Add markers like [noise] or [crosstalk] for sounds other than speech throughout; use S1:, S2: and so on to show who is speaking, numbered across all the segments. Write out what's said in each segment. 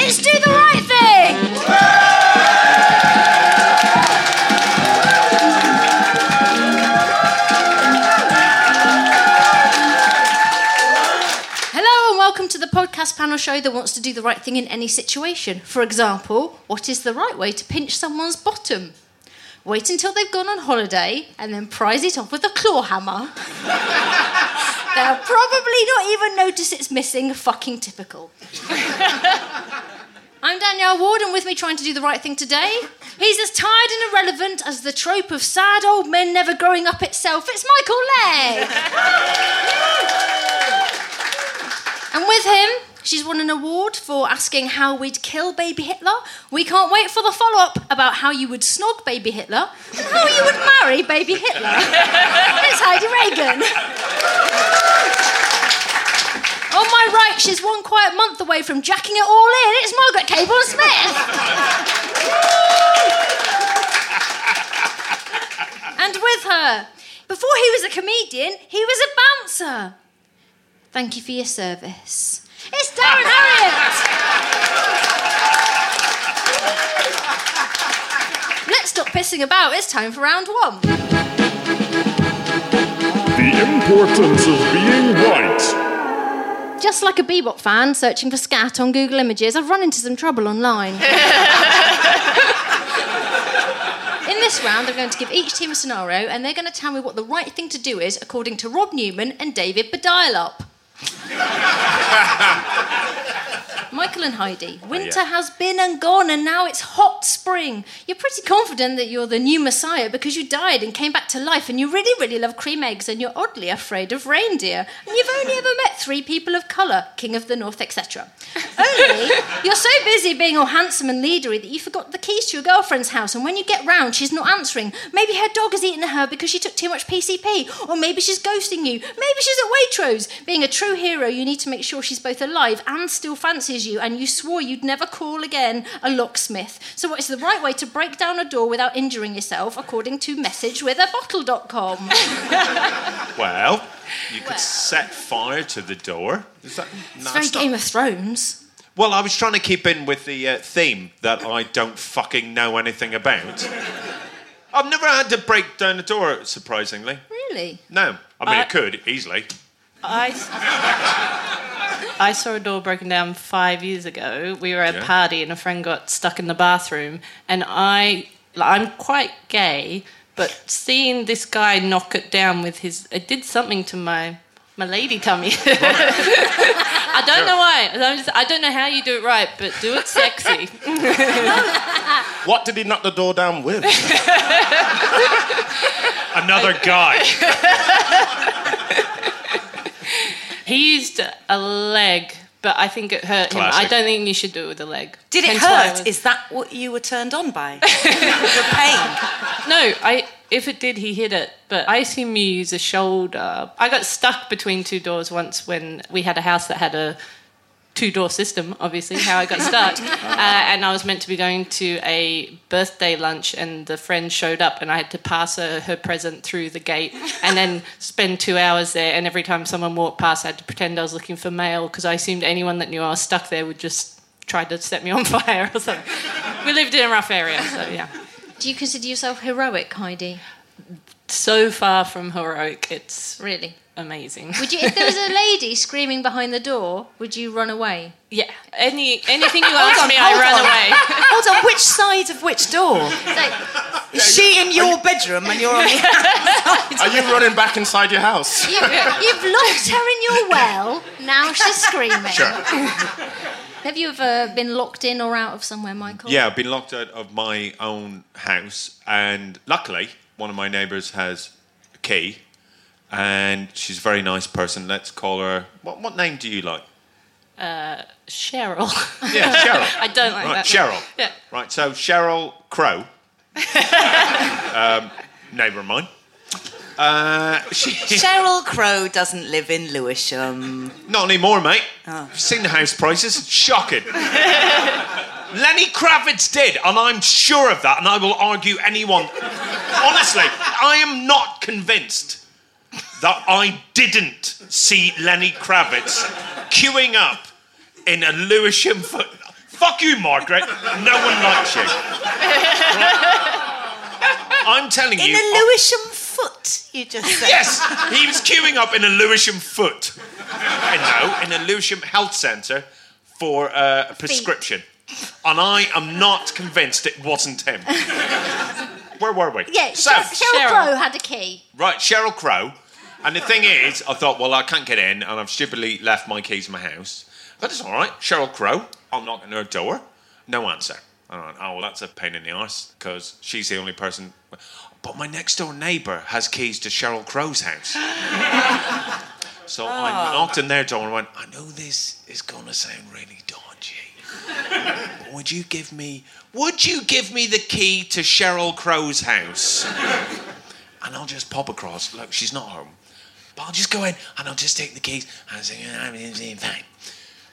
S1: It's do the right thing! [laughs] Hello and welcome to the podcast panel show that wants to do the right thing in any situation. For example, what is the right way to pinch someone's bottom? Wait until they've gone on holiday and then prise it off with a claw hammer. [laughs] They'll probably not even notice it's missing. Fucking typical. [laughs] I'm Danielle Ward, and with me trying to do the right thing today, he's as tired and irrelevant as the trope of sad old men never growing up itself. It's Michael Legg. And with him, she's won an award for asking how we'd kill baby Hitler. We can't wait for the follow up about how you would snog baby Hitler and how you would marry baby Hitler. it's Heidi Reagan. On my right, she's one quiet month away from jacking it all in. It's Margaret Cable Smith. and with her, before he was a comedian, he was a bouncer. Thank you for your service. It's Darren Harriott! Let's stop pissing about, it's time for round one.
S2: The importance of being right.
S1: Just like a Bebop fan searching for scat on Google Images, I've run into some trouble online. In this round, I'm going to give each team a scenario, and they're going to tell me what the right thing to do is according to Rob Newman and David Bedialup. Michael and Heidi, winter has been and gone, and now it's hot spring. You're pretty confident that you're the new messiah because you died and came back to life, and you really, really love cream eggs, and you're oddly afraid of reindeer. And you've only ever met three people of colour King of the North, etc. Only, you're so busy being all handsome and leadery that you forgot the keys to your girlfriend's house, and when you get round, she's not answering. Maybe her dog has eaten her because she took too much PCP, or maybe she's ghosting you. Maybe she's at Waitrose. Being a true hero, you need to make sure she's both alive and still fancies you, and you swore you'd never call again a locksmith. So, what is the right way to break down a door without injuring yourself, according to messagewithabottle.com?
S3: Well, you could set fire to the door. Is that
S1: It's very
S3: nasty?
S1: Game of Thrones.
S3: Well, I was trying to keep in with the uh, theme that I don't fucking know anything about. I've never had to break down a door, surprisingly.
S1: Really? Uh,
S3: No. I mean,
S4: I-
S3: I could easily.
S4: I, I saw a door broken down five years ago. We were at a
S3: Yeah.
S4: party and a friend got stuck in the bathroom. And I, like, I'm quite gay, but seeing this guy knock it down with his, it did something to my my lady tummy. [laughs] I don't know why. I'm just- I don't know how you do it right, but do it sexy.
S5: What did he knock the door down
S6: [laughs]
S5: with?
S3: Another guy.
S4: [laughs] he used a leg. But I think it hurt him. I
S3: Classic.
S4: don't think you should do it with a leg.
S6: Did it
S4: Hence why I
S6: hurt?
S4: was-
S6: Is that what you were turned on by? Your pain.
S4: No, I. If it did, he hit it. But I assume you use a shoulder. I got stuck between two doors once when we had a house that had a two-door system. Obviously, how I got stuck, uh, and I was meant to be going to a birthday lunch, and the friend showed up, and I had to pass her her present through the gate, and then spend two hours there. And every time someone walked past, I had to pretend I was looking for mail because I assumed anyone that knew I was stuck there would just try to set me on [laughs] fire or something. we lived in a rough area, so yeah
S1: Do you consider yourself heroic, Heidi?
S4: so far from heroic. It's
S1: Really?
S4: amazing.
S1: Would you, if there was
S4: [laughs]
S1: a [laughs] lady screaming behind the door, would you run away?
S4: yeah. Any anything
S1: [laughs]
S4: you ask me, I
S6: hold
S4: run
S6: on.
S4: away.
S6: Hold on, which side
S5: [laughs]
S6: of which door?
S1: It's like,
S6: Is she in your bedroom and
S5: [laughs]
S6: you're on the [laughs]
S5: Are you running back inside your house?
S1: you, you've locked her in your well, now she's screaming. [laughs] Have you ever been locked in or out of somewhere, Michael?
S3: Yeah, I've been locked out of my own house, and luckily, one of my neighbours has a key, and she's a very nice person. Let's call her. What, what name do you like?
S4: Uh, Cheryl.
S3: [laughs] Yeah, Cheryl.
S4: [laughs] I don't like that.
S3: right, Cheryl.
S4: Yeah.
S3: Right, so Cheryl
S6: [laughs]
S3: Crow, um, neighbour of mine. Uh, she,
S6: [laughs] Cheryl Crow doesn't live in Lewisham. Oh.
S3: not anymore, mate. You've seen the house prices. Shocking. Lenny Kravitz did, and I'm sure of that, and I will argue anyone. Honestly, I am not convinced that I didn't see Lenny Kravitz queuing up in a Lewisham. Fo- Fuck you, Margaret. [laughs] No one
S1: [laughs]
S3: likes you. Right? I'm telling
S6: In
S3: you.
S6: a Lewisham foot, you [laughs] just said.
S3: Yes,
S6: [laughs]
S3: he was queuing up in a Lewisham foot. I know, in a Lewisham health centre for uh, a prescription. And I am not convinced it wasn't him. Where were we?
S1: Yeah,
S3: so,
S1: Cheryl, Cheryl
S4: Cheryl.
S1: Crow had a key.
S3: right, Cheryl Crow. And the thing is, I thought, well, I can't get in, and I've stupidly left my keys in my house. But it's all right, Cheryl Crow. I'm knocking her door. No answer. All right, oh, well, that's a pain in the arse because she's the only person. But my next door neighbour has keys to Cheryl Crow's house. So I knocked on their door and went, I know this is gonna sound really dodgy. but would you give me would you give me the key to Cheryl Crow's house? [laughs] and I'll just pop across. Look, she's not home. But I'll just go in and I'll just take the keys and say, "Yeah, everything's
S1: [laughs]
S3: in fine.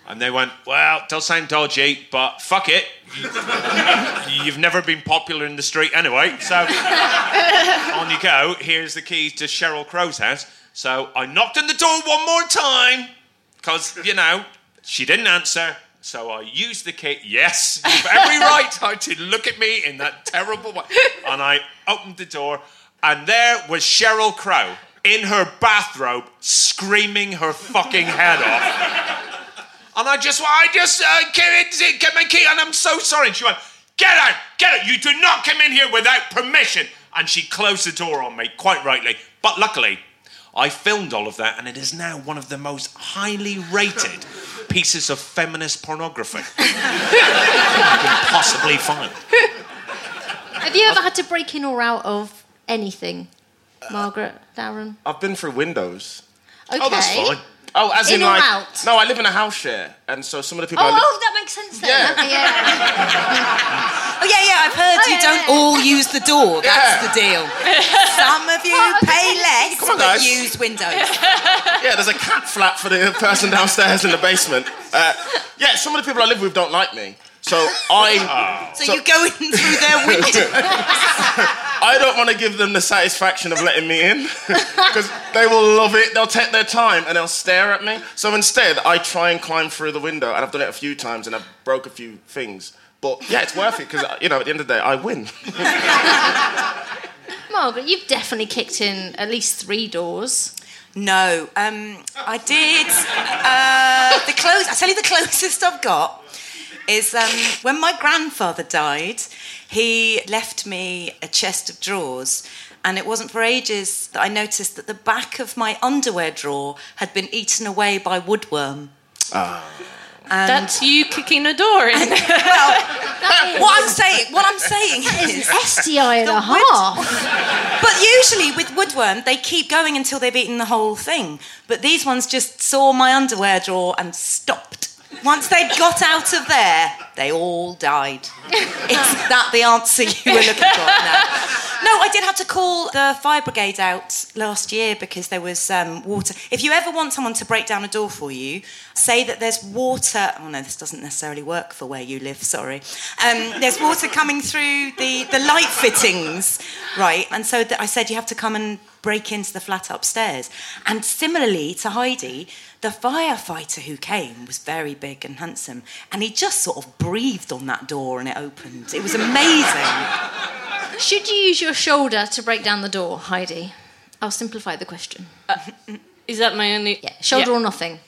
S3: And they went, Well, it does sound dodgy, but fuck it. [laughs] You- You've never been popular in the street anyway, so [laughs] on you go. Here's the keys to Cheryl Crow's house. So I knocked on the door one more time because, you know, she didn't answer. So I used the key. Yes, you've every right to look at me in that terrible way. And I opened the door, and there was Cheryl Crow in her bathrobe screaming her fucking head off. And I just, I just uh, get, it, get my key, and I'm
S1: [laughs]
S3: so sorry. And she went, get out, get out. You do not come in here without permission. And she closed the door on me, quite rightly. But luckily, I filmed all of that, and it is now one of the most highly rated pieces of feminist pornography you can possibly find.
S1: Have you ever had to break in or out of anything, Margaret, Darren?
S5: I've been through windows.
S1: Okay.
S3: Oh, that's fine.
S5: Oh, as in,
S1: In or
S5: like
S1: out?
S5: no, I live in a house share, and so some of the people. I
S1: Oh,
S5: live-
S1: oh, that makes sense then.
S5: Yeah.
S1: Okay, yeah.
S6: Oh, yeah, yeah, I've heard
S1: Oh,
S6: you
S1: yeah,
S6: don't
S1: yeah.
S6: all use the door. That's
S5: Yeah.
S6: the deal. [laughs] Some of you
S1: Well,
S6: pay
S1: okay.
S6: less
S5: Come on,
S6: but
S5: guys.
S6: use windows.
S5: [laughs] Yeah, there's a cat flap for the person downstairs in the basement. Uh, yeah, some of the people I live with don't like me, so I
S6: So, you go in through
S5: [laughs]
S6: their window.
S5: I don't want to give them the satisfaction of letting me in [laughs] because they will love it. They'll take their time and they'll stare at me. So instead, I try and climb through the window, and I've done it a few times, and I've broke a few things. But yeah, it's worth it because you know, at the end of the day, I win.
S1: Margaret, you've definitely kicked in at least three doors.
S6: No, um, I did. Uh, the close. I tell you, the [laughs] closest I've got is um, when my grandfather died. He left me a chest of drawers, and it wasn't for ages that I noticed that the back of my underwear drawer had been eaten away by woodworm.
S4: Ah. That's you kicking a door in. [laughs]
S6: What I'm saying, what I'm saying is,
S1: STI and
S6: The
S1: a
S6: wood-
S1: half.
S6: [laughs] But usually with woodworm, they keep going until they've eaten the whole thing. But these ones just saw my underwear drawer and stopped. Once they got out of there, they all died. Is that the answer you were looking for? No. No, I did have to call the fire brigade out last year because there was um, water. If you ever want someone to break down a door for you, say that there's water. Oh no, this doesn't necessarily work for where you live. Sorry. Um, there's water coming through the the light fittings, right? And so that I said you have to come and break into the flat upstairs. And similarly to Heidi, the firefighter who came was very big and handsome, and he just sort of breathed on that door and it opened. It was amazing.
S1: Should you use your shoulder to break down the door, Heidi? I'll simplify the question.
S4: Uh, Is that my only?
S1: Yeah, shoulder
S4: Yeah.
S1: or
S4: [laughs]
S1: nothing.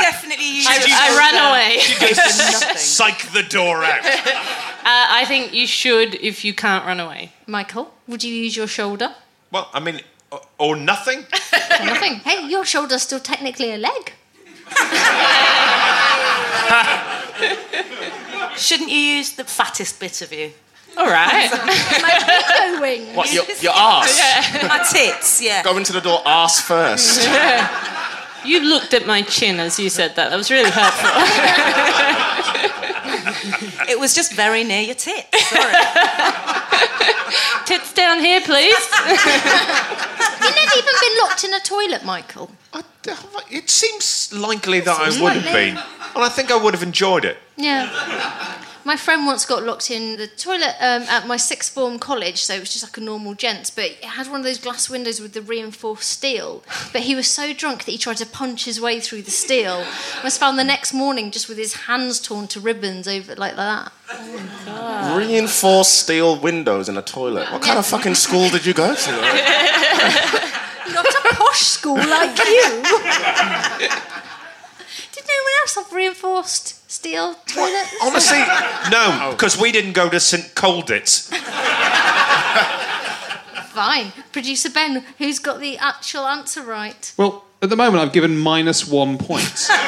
S6: definitely use
S4: I, I ran away.
S3: Psych the door out.
S4: [laughs] Uh, I think you should if you can't run away.
S1: Michael, would you use your shoulder?
S3: Well, I mean, or, or nothing.
S1: Or [laughs] nothing. Hey, your shoulder's still technically a leg.
S6: Shouldn't you use the fattest bit of you?
S4: All right.
S1: My window wing.
S5: What,
S6: [laughs]
S5: your, your ass?
S6: My tits, yeah.
S5: Go into the door ass first.
S4: [laughs] you looked at my chin as you said that. That was really helpful.
S6: [laughs] It was just very near [laughs] your tits. Sorry.
S4: Tits down here, please.
S1: [laughs] You've never even been locked in a toilet, Michael.
S3: I d- it seems likely that I would have
S1: likely.
S3: been. And I think I would have enjoyed it.
S1: Yeah. My friend once got locked in the toilet um, at my sixth form college, so it was just like a normal gents, but it had one of those glass windows with the reinforced steel. But he was so drunk that he tried to punch his way through the steel. Was found the next morning just with his hands torn to ribbons over like that.
S5: Reinforced steel windows in a toilet. What kind of fucking school did you go to?
S1: Not a posh school like you. Did no one else have reinforced steel toilets?
S3: Honestly, no,
S4: Oh.
S3: because we didn't go to St. Colditz.
S1: Fine. Producer Ben, who's got the actual answer right?
S7: Well, at the moment, I've given minus one point.
S4: [laughs]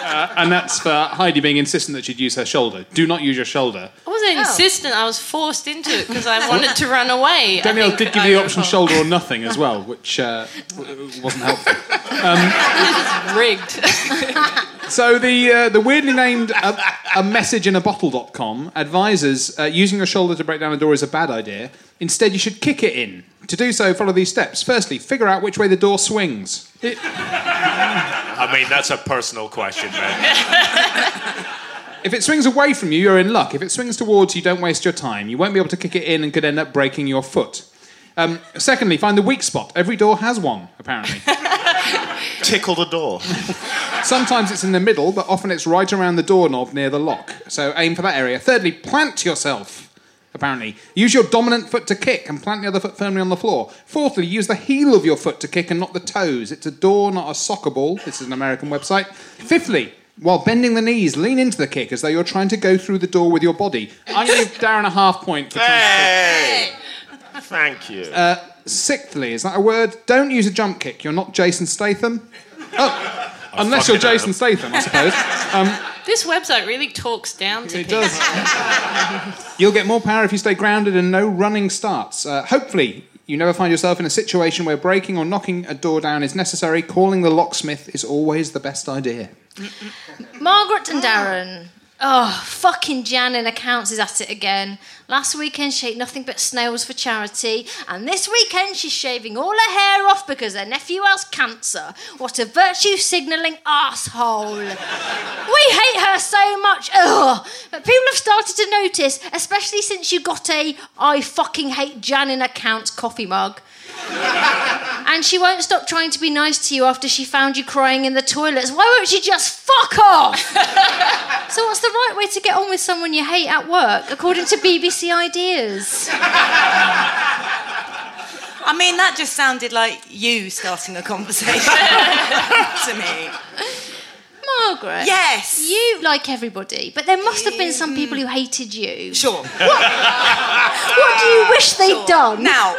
S7: Uh, and that's for Heidi being insistent that she'd use her shoulder. Do not use your shoulder.
S4: I wasn't
S1: Oh.
S4: insistent. I was forced into it because I wanted to run
S7: [laughs]
S4: away. I
S7: Danielle
S4: think
S7: did give
S4: I
S7: you the option
S4: recall.
S7: shoulder or nothing as well, which uh, w- wasn't helpful. Um,
S4: Rigged. [laughs]
S7: So the uh, the weirdly named a, a message in a bottle.com advises uh, using your shoulder to break down a door is a bad idea. Instead, you should kick it in. To do so, follow these steps. Firstly, figure out which way the door swings. It-
S3: I mean, that's a personal question, man.
S7: If it swings away from you, you're in luck. If it swings towards you, don't waste your time. You won't be able to kick it in and could end up breaking your foot. Um, secondly, find the weak spot. Every door has one, apparently.
S5: Tickle the door.
S7: Sometimes it's in the middle, but often it's right around the doorknob near the lock. So aim for that area. Thirdly, plant yourself. Apparently, use your dominant foot to kick and plant the other foot firmly on the floor. Fourthly, use the heel of your foot to kick and not the toes. It's a door, not a soccer ball. This is an American website. Fifthly, while bending the knees, lean into the kick as though you're trying to go through the door with your body. I'm going to give Darren a half point for trying to
S5: Hey! Thank you.
S7: Uh, Sixthly, is that a word? Don't use a jump kick. You're not Jason Statham.
S3: [laughs]
S7: Oh, unless you're
S3: fucking
S7: Jason
S3: am.
S7: Statham, I suppose. Um,
S4: this website really talks down to
S7: It
S4: people.
S7: does. You'll get more power if you stay grounded and no running starts. Uh, hopefully, you never find yourself in a situation where breaking or knocking a door down is necessary. Calling the locksmith is always the best idea.
S1: Margaret and Darren. Oh, fucking Jan in accounts is at it again. Last weekend she ate nothing but snails for charity, and this weekend she's shaving all her hair off because her nephew has cancer. What a virtue signalling asshole! We hate her so much. Ugh. But people have started to notice, especially since you got a I fucking hate Jan in accounts coffee mug. and she won't stop trying to be nice to you after she found you crying in the toilets. Why won't she just fuck off? so what's the right way to get on with someone you hate at work, according to BBC Ideas?
S6: I mean, that just sounded like you starting a conversation [laughs] to me.
S1: Margaret.
S6: Yes.
S1: You like everybody, but there must have been some people who hated you.
S6: Sure.
S1: What do you wish they'd done?
S6: Now,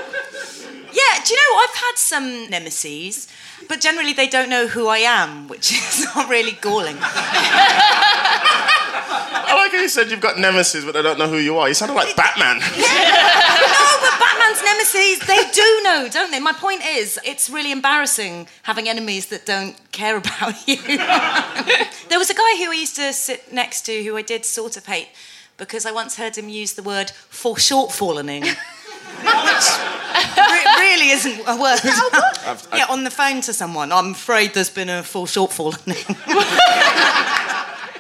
S6: yeah, do you know, I've had some nemesis, but generally they don't know who I am, which [laughs] is not really galling.
S5: I like how you said you've got nemesis, but they don't know who you are. You sounded like Batman.
S6: no, but Batman's nemesis, they do know, don't they? My point is, it's really embarrassing having enemies that don't care about you. [laughs] there was a guy who I used to sit next to who I did sort of hate because I once heard him use the word for shortfalling. Which re- really isn't a word. yeah, on the phone to someone. I'm afraid there's been a full shortfalling.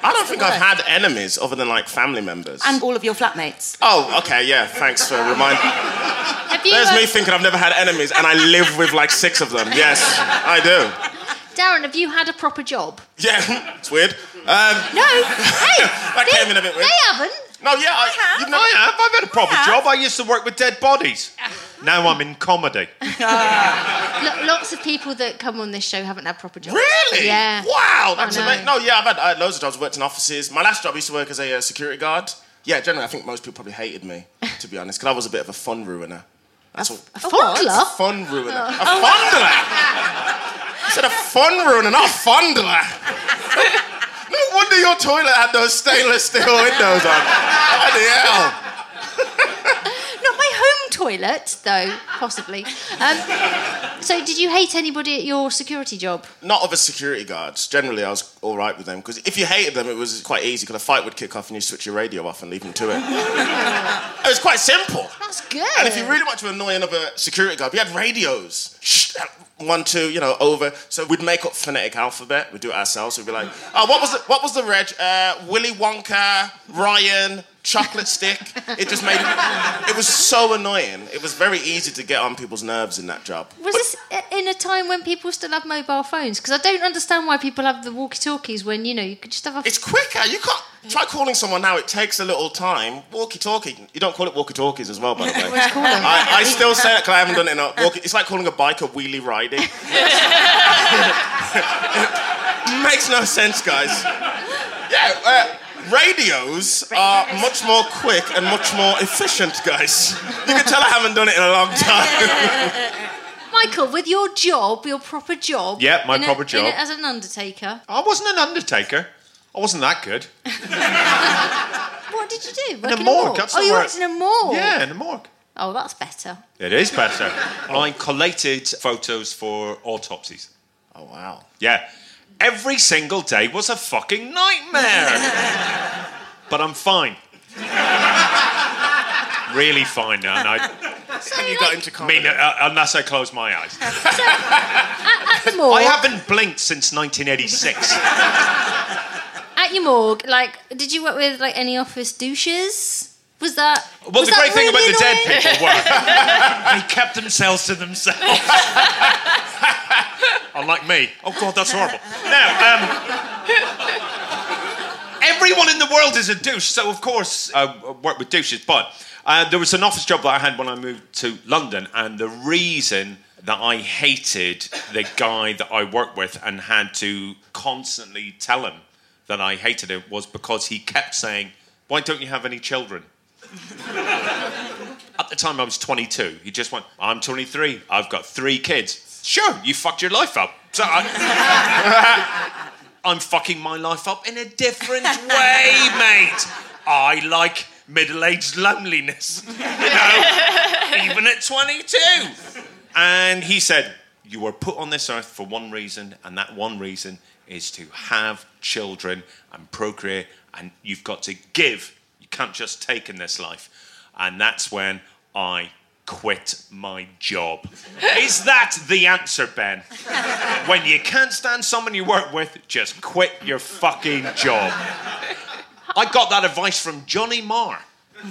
S5: I don't think I've had enemies other than like family members.
S6: and all of your flatmates.
S5: oh, okay, yeah. Thanks for reminding.
S1: have you,
S5: There's
S1: uh,
S5: me thinking I've never had enemies, and I live with like six of them. Yes, I do.
S1: Darren, have you had a proper job?
S5: Yeah, [laughs] it's weird. Um,
S1: No. Hey,
S5: That
S1: they-
S5: came in a bit weird.
S1: They haven't.
S5: no, yeah, I,
S6: I have.
S5: You've never,
S3: I have. [laughs] I've had a proper
S6: Yeah.
S3: job. I used to work with dead bodies. Now I'm in comedy.
S1: Lo- lots of people that come on this show haven't had proper jobs.
S5: Really?
S1: Yeah.
S5: Wow, that's
S1: I know.
S5: amazing. No, yeah, I've had, I had loads of jobs. Worked in offices. My last job, I used to work as a uh, security guard. Yeah, generally, I think most people probably hated me, to be honest, because I was a bit of a fun ruiner. That's all. A
S1: Fondler?
S5: fun ruiner.
S1: Oh.
S5: A fondler. I said a fun ruiner, not a fondler. [laughs] No wonder your toilet had those stainless steel windows on. Bloody hell.
S1: toilet, though, possibly. Um, so, did you hate anybody at your security
S6: [laughs]
S1: job?
S5: Not of a security guards. Generally, I was all right with them because if you hated them, it was quite easy because a fight would kick off and you switch your radio off and leave them to it. it was quite simple.
S1: That's good.
S5: And if you really wanted to annoy another security guard, we had radios. Shh, one, two, you know, over. So we'd make up phonetic alphabet. We'd do it ourselves. We'd be like, oh, what was the, what was the reg? Uh, Willy Wonka, Ryan, chocolate stick. It just made it, was so annoying. It was very easy to get on people's nerves in that job.
S1: Was this i- in a time when people still have mobile phones? Because I don't understand why people have the walkie-talkies when you know you could just have a.
S5: It's quicker. You can't try calling someone now. It takes a little time. Walkie talkie. You don't call it walkie talkies as well,
S1: [laughs]
S5: by the way. I, I still say that because I haven't done it enough. Walkie, it's like calling a bike a wheelie riding. [laughs] Makes no sense, guys. Yeah. Uh, Radios are
S1: Radios.
S5: much more quick and much more efficient, guys. You can tell I haven't done it in a long time.
S1: Michael, with your job, your proper job.
S3: Yeah, my
S1: in a-
S3: proper
S1: in a-
S3: job.
S1: as an undertaker,
S3: I wasn't an undertaker. I wasn't that good.
S1: what did you do?
S3: In
S1: Work
S3: a
S1: in
S3: morgue. That's
S1: oh,
S3: not
S1: you
S3: where-
S1: worked in a morgue.
S3: Yeah, in the morgue.
S1: Oh, that's better.
S3: It is better. [laughs] I collated photos for autopsies.
S5: Oh wow.
S3: Yeah. Every single day was a fucking [laughs] nightmare. but I'm fine. really fine now.
S1: [laughs]
S3: And I
S5: And you got into comedy.
S3: mean, uh, unless I close my
S1: [laughs]
S3: eyes.
S1: At the morgue.
S3: [laughs] I haven't blinked
S1: [laughs]
S3: since 1986.
S1: At your morgue, like, did you work with like any office douches? Was that?
S3: Well,
S1: was
S3: the
S1: that
S3: great thing about
S1: really
S3: the dead
S1: annoying?
S3: people were they kept themselves to themselves. [laughs] Unlike me. Oh God, that's horrible. [laughs] Now, um, everyone in the world is a douche, so of course I work with douches. But uh, there was an office job that I had when I moved to London, and the reason that I hated the guy that I worked with and had to constantly tell him that I hated him was because he kept saying, "Why don't you have any children?" At the time, I was 22. He just went, I'm 23. I've got three kids. Sure, you fucked your life up. So I, [laughs] I'm fucking my life up in a different way, mate. I like middle aged loneliness, you
S1: [laughs]
S3: know, even at 22. And he said, You were put on this earth for one reason, and that one reason is to have children and procreate, and you've got to give. You can't just take in this life. And that's when I quit my job. is that the answer, Ben? when you can't stand someone you work with, just quit your fucking job. I got that advice from Johnny Marr.
S1: [laughs]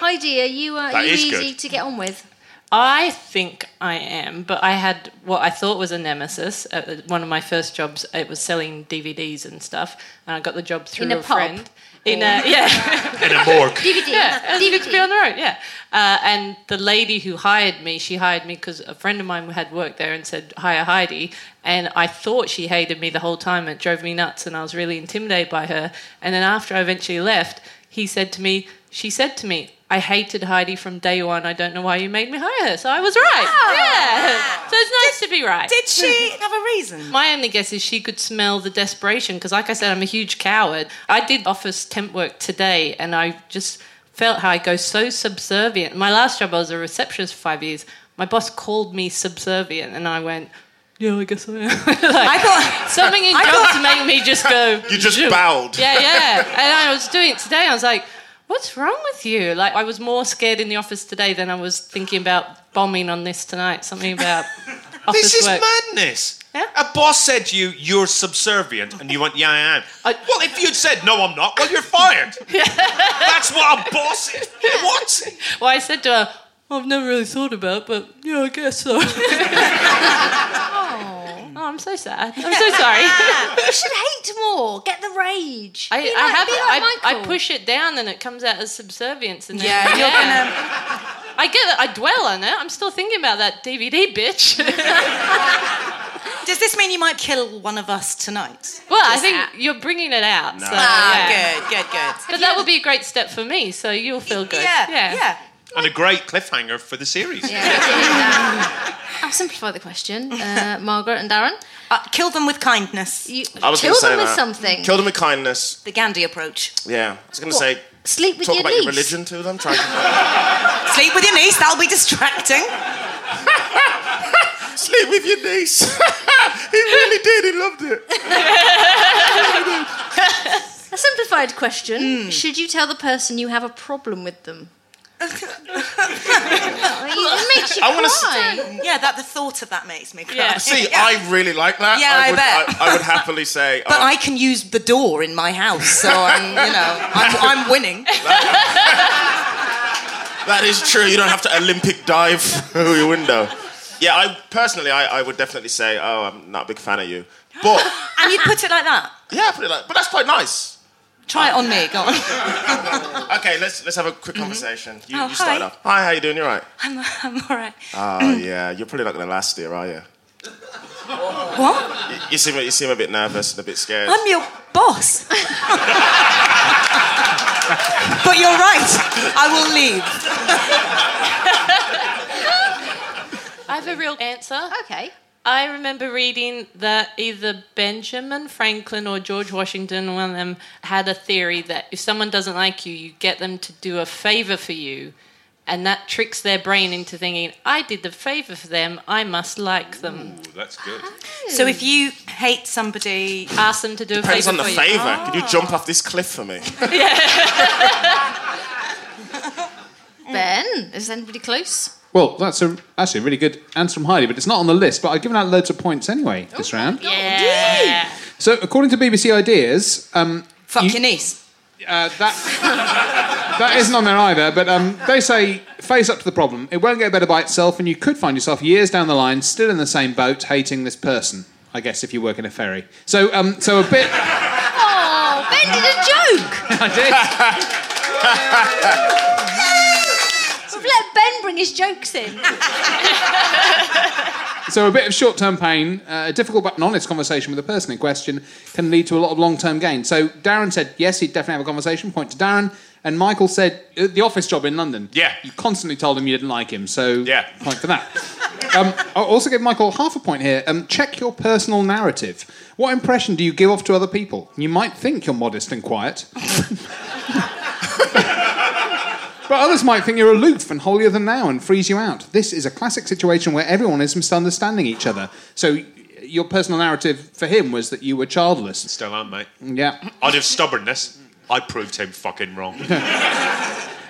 S1: Heidi, are you, uh, are
S3: That
S1: you
S3: is
S1: easy
S3: good.
S1: to get on with?
S4: I think I am, but I had what I thought was a nemesis at the- one of my first jobs. It was selling DVDs and stuff, and I got the job through
S1: In a pub? Oh.
S4: friend. In a [laughs] yeah,
S3: In a morgue.
S1: DVD.
S4: yeah, you could be
S1: DVD.
S4: on the road, yeah. Uh, and the lady who hired me, she hired me because a friend of mine had worked there and said hire Heidi, and I thought she hated me the whole time. It drove me nuts, and I was really intimidated by her. And then after I eventually left, he said to me, she said to me. I hated Heidi from day one. I don't know why you made me hire her. So I was right. Yeah. [laughs] So it's nice to be right.
S6: Did she have a reason?
S4: My only guess is she could smell the desperation because, like I said, I'm a huge coward. I did office temp work today and I just felt how I go so subservient. My last job, I was a receptionist for five years. My boss called me subservient and I went, yeah, I guess I am. Like,
S6: I thought
S4: something in
S6: [laughs] I
S4: jobs
S5: [laughs]
S6: thought-
S4: made me just go.
S5: You just
S4: "Zoom."
S5: bowed.
S4: Yeah,
S5: [laughs]
S4: yeah. And I was doing it today. I was like, "What's wrong with you?" Like, I was more scared in the office today than I was thinking about bombing on this tonight. Something about office
S3: This is
S4: work.
S3: madness.
S4: Yeah.
S3: A boss said to you, "You're subservient," and you went, "Yeah, I am."
S4: I-
S3: well, if you'd said, "No, I'm not," well, you're fired. That's what a boss is. What?
S4: Well, I said to her, I've never really thought about, it, but yeah, I guess so. oh,
S1: Oh.
S4: I'm so sad. I'm so sorry.
S1: [laughs] You should hate more. Get the rage.
S4: I,
S1: Be
S4: I
S1: like-
S4: have
S1: be like
S4: I, I
S1: Michael.
S4: push it down and it comes out as subservience. And then,
S6: yeah, you're gonna.
S4: I get it. I dwell on it. I'm still thinking about that DVD, bitch.
S6: Does this mean you might kill one of us tonight?
S4: well, I think you're bringing it out. So,
S6: Ah,
S4: yeah.
S6: good, good, good.
S4: But that will be a great step for me, so you'll feel good.
S6: Yeah, yeah.
S3: And a great cliffhanger for the series.
S1: Yeah, I do that. [laughs] I'll simplify the question, uh, Margaret and Darren.
S6: Uh, kill them with kindness.
S1: You
S5: [laughs] I was
S1: kill
S5: gonna say
S1: them with
S5: that.
S1: something.
S5: Kill them with kindness.
S6: The Gandhi approach.
S5: Yeah, I was going to
S1: What?
S5: say
S1: Sleep with
S5: Talk
S1: your
S5: about
S1: niece.
S5: your religion to them.
S1: [laughs]
S5: Try
S6: Sleep with your niece, that'll be distracting.
S5: to sleep with your niece. [laughs] he really did. He loved it.
S1: A simplified question:
S6: Hmm.
S1: Should you tell the person you have a problem with them? it makes you
S5: I wanna s-
S1: cry.
S6: Yeah, that the thought of that makes me cry.
S4: Yeah.
S5: See,
S6: [laughs] Yeah.
S5: I really like that.
S6: Yeah, I
S5: would,
S6: bet.
S5: I, I would happily say.
S6: [laughs] But
S5: oh,
S6: I can use the door in my house, so I'm, you know, I'm, I'm winning.
S5: [laughs] That is true. You don't have to Olympic dive [laughs] through your window. Yeah, I personally, I, I would definitely say, oh, I'm not a big fan of you. But
S6: And you put it like that.
S5: yeah, put it like, but that's quite nice.
S6: Try it on me.
S8: [laughs]
S6: Go on.
S5: Okay, let's let's have a
S4: Mm-hmm.
S5: quick conversation. You,
S6: Oh,
S5: you start
S6: hi.
S5: off. Hi, how you doing? You're right.
S6: I'm, I'm all right.
S5: Oh yeah, you're probably not gonna last here, are you?
S6: What?
S5: you? You seem you seem a bit nervous and a bit scared.
S6: I'm your boss. but you're right. I will leave.
S4: [laughs] I have a real answer.
S1: Okay.
S4: I remember reading that either Benjamin Franklin or George Washington, one of them, had a theory that if someone doesn't like you, you get them to do a favor for you. And that tricks their brain into thinking, I did the favor for them, I must like them.
S3: Ooh, that's good.
S6: So if you hate somebody,
S4: Ask them to do a
S5: Depends
S4: favor
S5: on the
S4: for
S5: favour.
S4: you.
S6: Ah.
S5: Could you jump off this cliff for me?
S1: Hmm. Ben, is anybody close?
S7: Well, that's a, actually a really good answer from Heidi, but it's not on the list. But I've given out loads of points anyway
S6: Oh
S7: this round.
S4: Yeah.
S7: So, according to BBC Ideas, um,
S6: fuck
S7: You-
S6: your niece.
S7: uh, that that isn't on there either. But um, they say face up to the problem. It won't get better by itself, and you could find yourself years down the line still in the same boat, hating this person. I guess if you work in a ferry. So, um, so a bit.
S1: Oh, Ben did a
S4: [laughs]
S1: joke.
S7: I did.
S1: We've let Ben bring his jokes [laughs] in.
S7: So a bit of short-term pain, uh, a difficult but an honest conversation with the person in question can lead to a lot of long-term gain. So Darren said yes, he'd definitely have a conversation. Point to Darren. And Michael said uh, the office job in London.
S3: Yeah.
S7: you constantly told him you didn't like him. So
S3: Yeah.
S7: point for that. [laughs] Um, I'll also give Michael half a point here. Um, check your personal narrative. What impression do you give off to other people? You might think you're modest and quiet, But others might think you're aloof and holier than thou and freeze you out. This is a classic situation where everyone is misunderstanding each other. So y- your personal narrative for him was that you were childless.
S3: Still am, mate.
S7: Yeah.
S3: Out of stubbornness, I proved him
S7: [laughs]
S3: fucking wrong.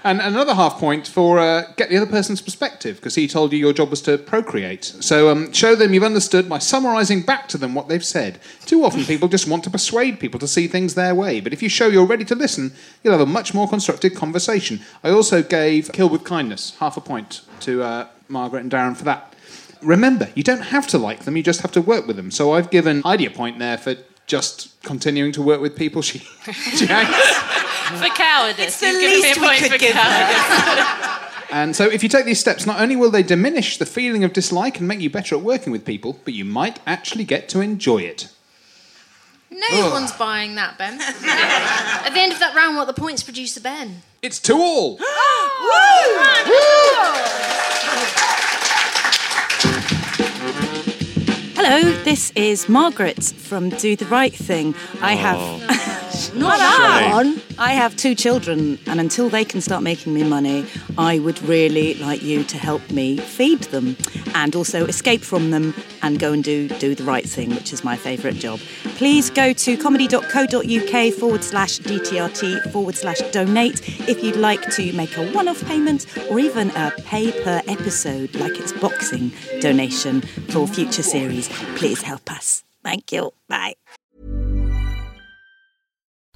S7: And another half point for uh, get the other person's perspective, because he told you your job was to procreate. So um, show them you've understood by summarising back to them what they've said. Too often people just want to persuade people to see things their way, but if you show you're ready to listen, you'll have a much more constructive conversation. I also gave Kill with Kindness half a point to uh, Margaret and Darren for that. Remember, you don't have to like them, you just have to work with them. So I've given Heidi a point there for just continuing to work with people she, she hates.
S4: Oh. [laughs] For cowardice.
S6: It's the
S4: You've given me
S6: least
S4: a
S6: we
S4: point
S6: could
S4: for
S6: give
S4: cowardice.
S7: And so, if you take these steps, not only will they diminish the feeling of dislike and make you better at working with people, but you might actually get to enjoy it.
S1: No one's buying that, Ben. At the end of that round, what the points producer [gasps] Ben?
S7: It's to all.
S8: Hello, this is Margaret from Do the Right Thing. I have
S5: Oh.
S8: [laughs]
S1: Not that one.
S8: I have two children and until they can start making me money, I would really like you to help me feed them and also escape from them and go and do do the right thing, which is my favourite job. Please go to comedy.co.uk forward slash DTRT forward slash donate if you'd like to make a one-off payment or even a pay per episode like it's boxing donation for future series. Please help us. Thank you. Bye.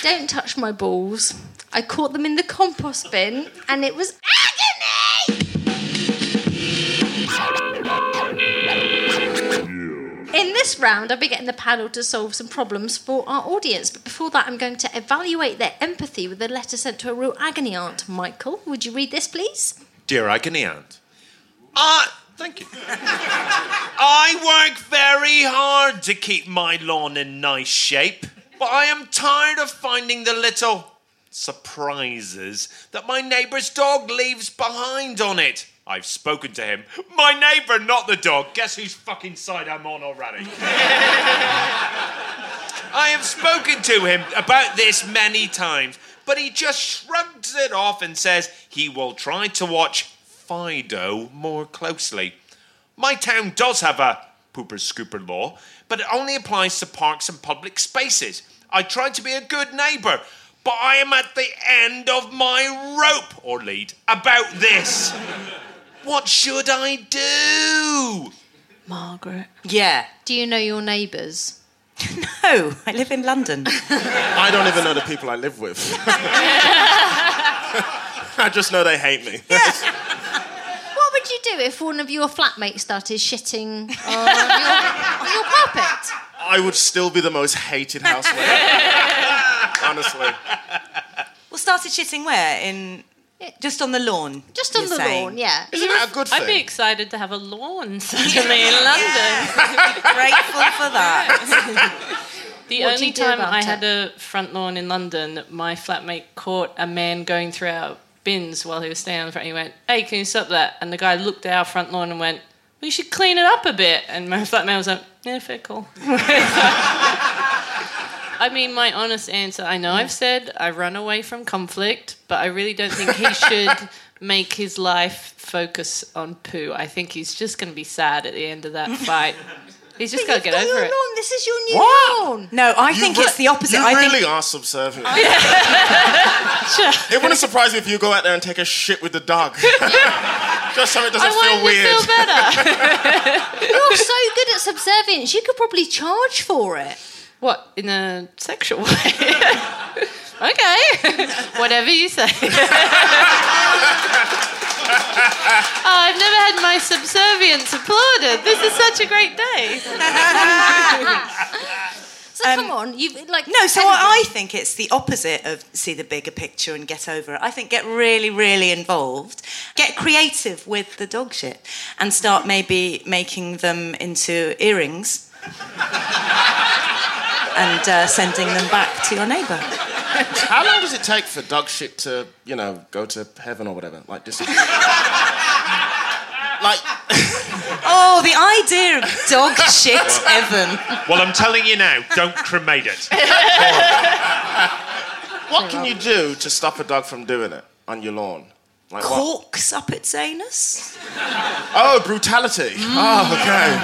S1: Don't touch my balls. I caught them in the compost bin and it was agony! In this round, I'll be getting the panel to solve some problems for our audience. But before that, I'm going to evaluate their empathy with a letter sent to a real agony aunt. Michael, would you read this, please?
S3: Dear agony aunt.
S5: Uh,
S3: I thank you. I work very hard to keep my lawn in nice shape, but I am tired of finding the little surprises that my neighbour's dog leaves behind on it. I've spoken to him. My neighbour, not the dog. Guess whose fucking side I'm on already? I have spoken to him about this many times, but he just shrugs it off and says he will try to watch Fido more closely. My town does have a pooper scooper law, but it only applies to parks and public spaces. I try to be a good neighbour, but I am at the end of my rope or lead about this. what should I do?
S4: Margaret.
S6: Yeah.
S1: Do you know your neighbours?
S6: No, Oh, I live in London.
S5: I don't even know the people I live with. [laughs] I just know they hate me.
S1: What would you do if one of your flatmates started shitting on your, on your carpet?
S5: I would still be the most hated
S6: [laughs]
S5: housemate. Honestly.
S6: Well, started shitting where? In just on the lawn.
S1: Just on
S6: you're
S1: the
S6: saying.
S1: lawn, yeah.
S5: Isn't that a good thing?
S4: I'd be excited to have a lawn [laughs]
S1: [laughs]
S4: suddenly in London.
S6: Grateful for that.
S4: The
S1: What do
S4: only
S1: you do
S4: time
S1: about
S4: I
S1: it?
S4: had a front lawn in London, my flatmate caught a man going through our bins while he was standing on the front. He went, "Hey, can you stop that?" And the guy looked at our front lawn and went, "We should clean it up a bit." And my [laughs] flatmate was like, "Yeah, fair call." [laughs] I mean, my honest answer. I know I've said I run away from conflict, but I really don't think he
S1: [laughs]
S4: should make his life focus on poo. I think he's just going to be sad at the end of that fight. He's just got to
S1: You've
S4: get
S1: got your
S4: over it.
S1: lawn. This is your new
S5: What?
S1: lawn.
S6: Ah, No, Oh, I think it's the opposite.
S5: You
S6: I think
S5: really are subservient.
S6: [laughs]
S5: it wouldn't surprise me if you go out there and take a shit with the
S6: [laughs]
S5: dog. Just so it doesn't
S4: I
S5: feel
S4: want him
S5: weird.
S4: to feel
S5: [laughs]
S4: better.
S1: You're so good at subservience. You could probably charge for it.
S4: What in a sexual way? okay, [laughs] whatever you say. oh, I've never had my subservience applauded. This is such a great day.
S1: So come on, you've like
S6: um, No, so
S1: anyway.
S6: I think it's the opposite of see the bigger picture and get over it. I think get really, really involved, get creative with the dog shit, and start maybe making them into earrings [laughs] and uh, sending them back to your neighbour.
S5: How long does it take for dog shit to, you know, go to heaven or whatever? Like, dis- like,
S6: Oh, the idea of dog shit, Evan.
S3: [laughs] Well, I'm telling you now, don't cremate it.
S5: what can you do to stop a dog from doing it on your lawn? Like what?
S6: Corks up its anus.
S5: Oh, brutality. Oh, okay.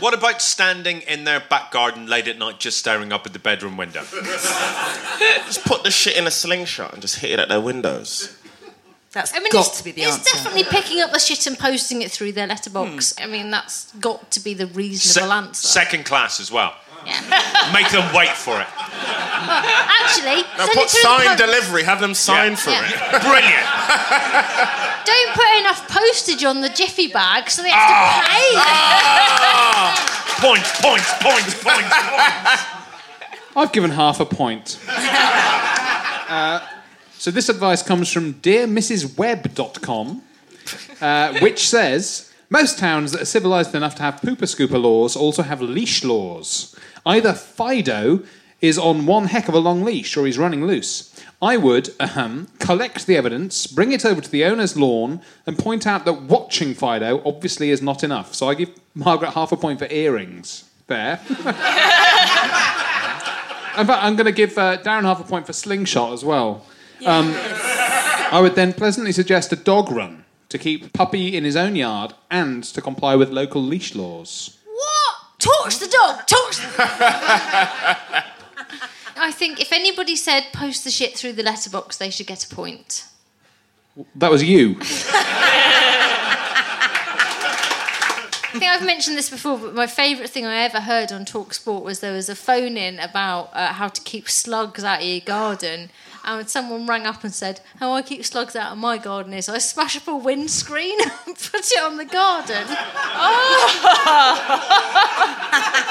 S3: What about standing in their back garden late at night just staring up at the bedroom window?
S5: Just put the shit in a slingshot and just hit it at their windows.
S6: That's
S1: I mean,
S6: got
S1: it's,
S6: to be the
S1: it's
S6: answer. Hmm.
S1: definitely picking up the shit and posting it through their letterbox. I mean, that's got to be the
S3: Se-
S1: reasonable
S5: [laughs]
S1: answer.
S3: Second class as well.
S1: Yeah.
S3: Make them wait for it.
S1: Actually,
S5: Now
S1: send
S5: put
S1: it through the
S5: sign
S1: post.
S5: delivery. Have them sign
S3: Yeah.
S5: for
S1: Yeah.
S5: it.
S3: [laughs] Brilliant.
S1: Don't put enough postage on the jiffy bag, so they have
S5: Ah.
S1: to pay.
S4: [laughs]
S3: Points, points, points, points, points.
S7: I've given half a point. uh, so this advice comes from dearmrswebb.com, uh, which says most towns that are civilized enough to have pooper scooper laws also have leash laws. Either Fido is on one heck of a long leash or he's running loose. I would ahem, collect the evidence, bring it over to the owner's lawn, and point out that watching Fido obviously is not enough. So I give Margaret half a point for earrings. There. in fact, I'm going to give uh, Darren half a point for slingshot as well. Um, I would then pleasantly suggest a dog run to keep puppy in his own yard and to comply with local leash laws.
S1: What? Torch the dog. Torch. I think if anybody said post the shit through the letterbox, they should get a point.
S7: That was you.
S1: I think I've mentioned this before, but my favourite thing I ever heard on Talk Sport was there was a phone in about uh, how to keep slugs out of your garden. And someone rang up and said, How I keep slugs out of my garden is I smash up a windscreen [laughs] and put it on the garden.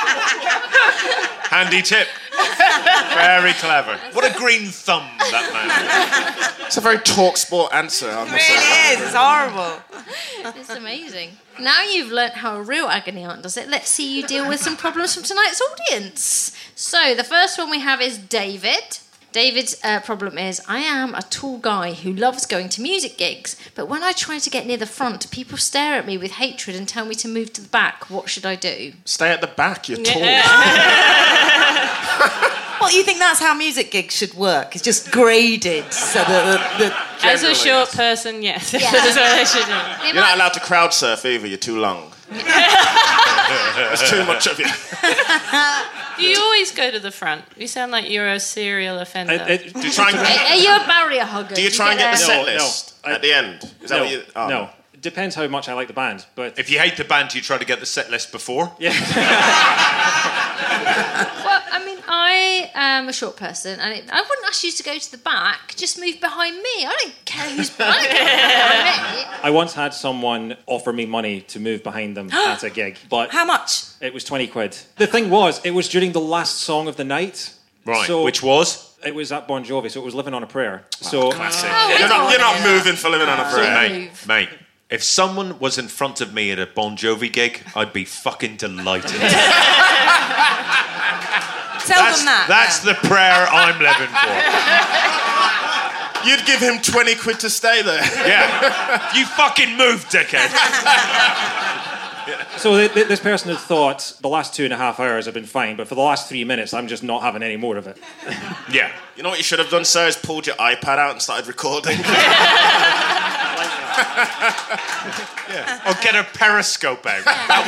S1: Oh!
S3: Handy tip. Very clever. What a green thumb that man.
S5: It's a very talk sport answer. I must say.
S6: It is. It's horrible.
S1: it's amazing. Now you've learnt how a real agony aunt does it, let's see you deal with some problems from tonight's audience. So, the first one we have is David. David's uh, problem is I am a tall guy who loves going to music gigs, but when I try to get near the front, people stare at me with hatred and tell me to move to the back. What should I do? [laughs]
S5: Stay at the back, you're tall.
S6: Well, you think that's how music gigs should work? It's just graded so that the, the
S4: As a short person, yes.
S6: Yeah.
S4: [laughs] That's what I should do.
S5: You're not allowed to crowd surf either, you're
S6: [laughs]
S5: too long. There's too much of you.
S4: You always go to the front. You sound like you're a serial offender.
S5: do you try and-
S1: Are you a barrier hugger?
S5: Do you try and get the set list
S3: no, I-
S5: at the end? Is that
S3: no,
S5: what you, oh.
S3: no.
S9: Depends how much I like the band, but
S3: if you hate the band, you try to get the set list before.
S1: Well, I mean, I am a short person, and it, I wouldn't ask you to go to the back. Just move behind me. I don't care who's I don't care who's behind me.
S9: I once had someone offer me money to move behind them at a gig. But
S6: how much?
S9: It was twenty quid. The thing was, it was during the last song of the night.
S3: Right,
S9: So
S3: which was?
S9: it was at Bon Jovi, so it was "Living on a Prayer." so
S3: classic.
S5: Oh,
S1: Oh,
S5: You're not, you're not moving for living on a
S3: So,
S5: prayer.
S3: mate, mate, if someone was in front of me at a Bon Jovi gig, I'd be fucking delighted.
S6: [laughs] Tell
S3: that's,
S6: them that.
S3: That's the prayer I'm living for.
S5: You'd give him 20 quid to stay there. [laughs]
S3: Yeah. You fucking move, dickhead.
S9: So th- th- this person had thought the last two and a half hours have been fine, but for the last three minutes, I'm just not having any more of it.
S3: Yeah.
S5: You know what you should have done, sir, is pulled your iPad out and
S1: [laughs]
S5: started recording.
S3: Or get a periscope out. That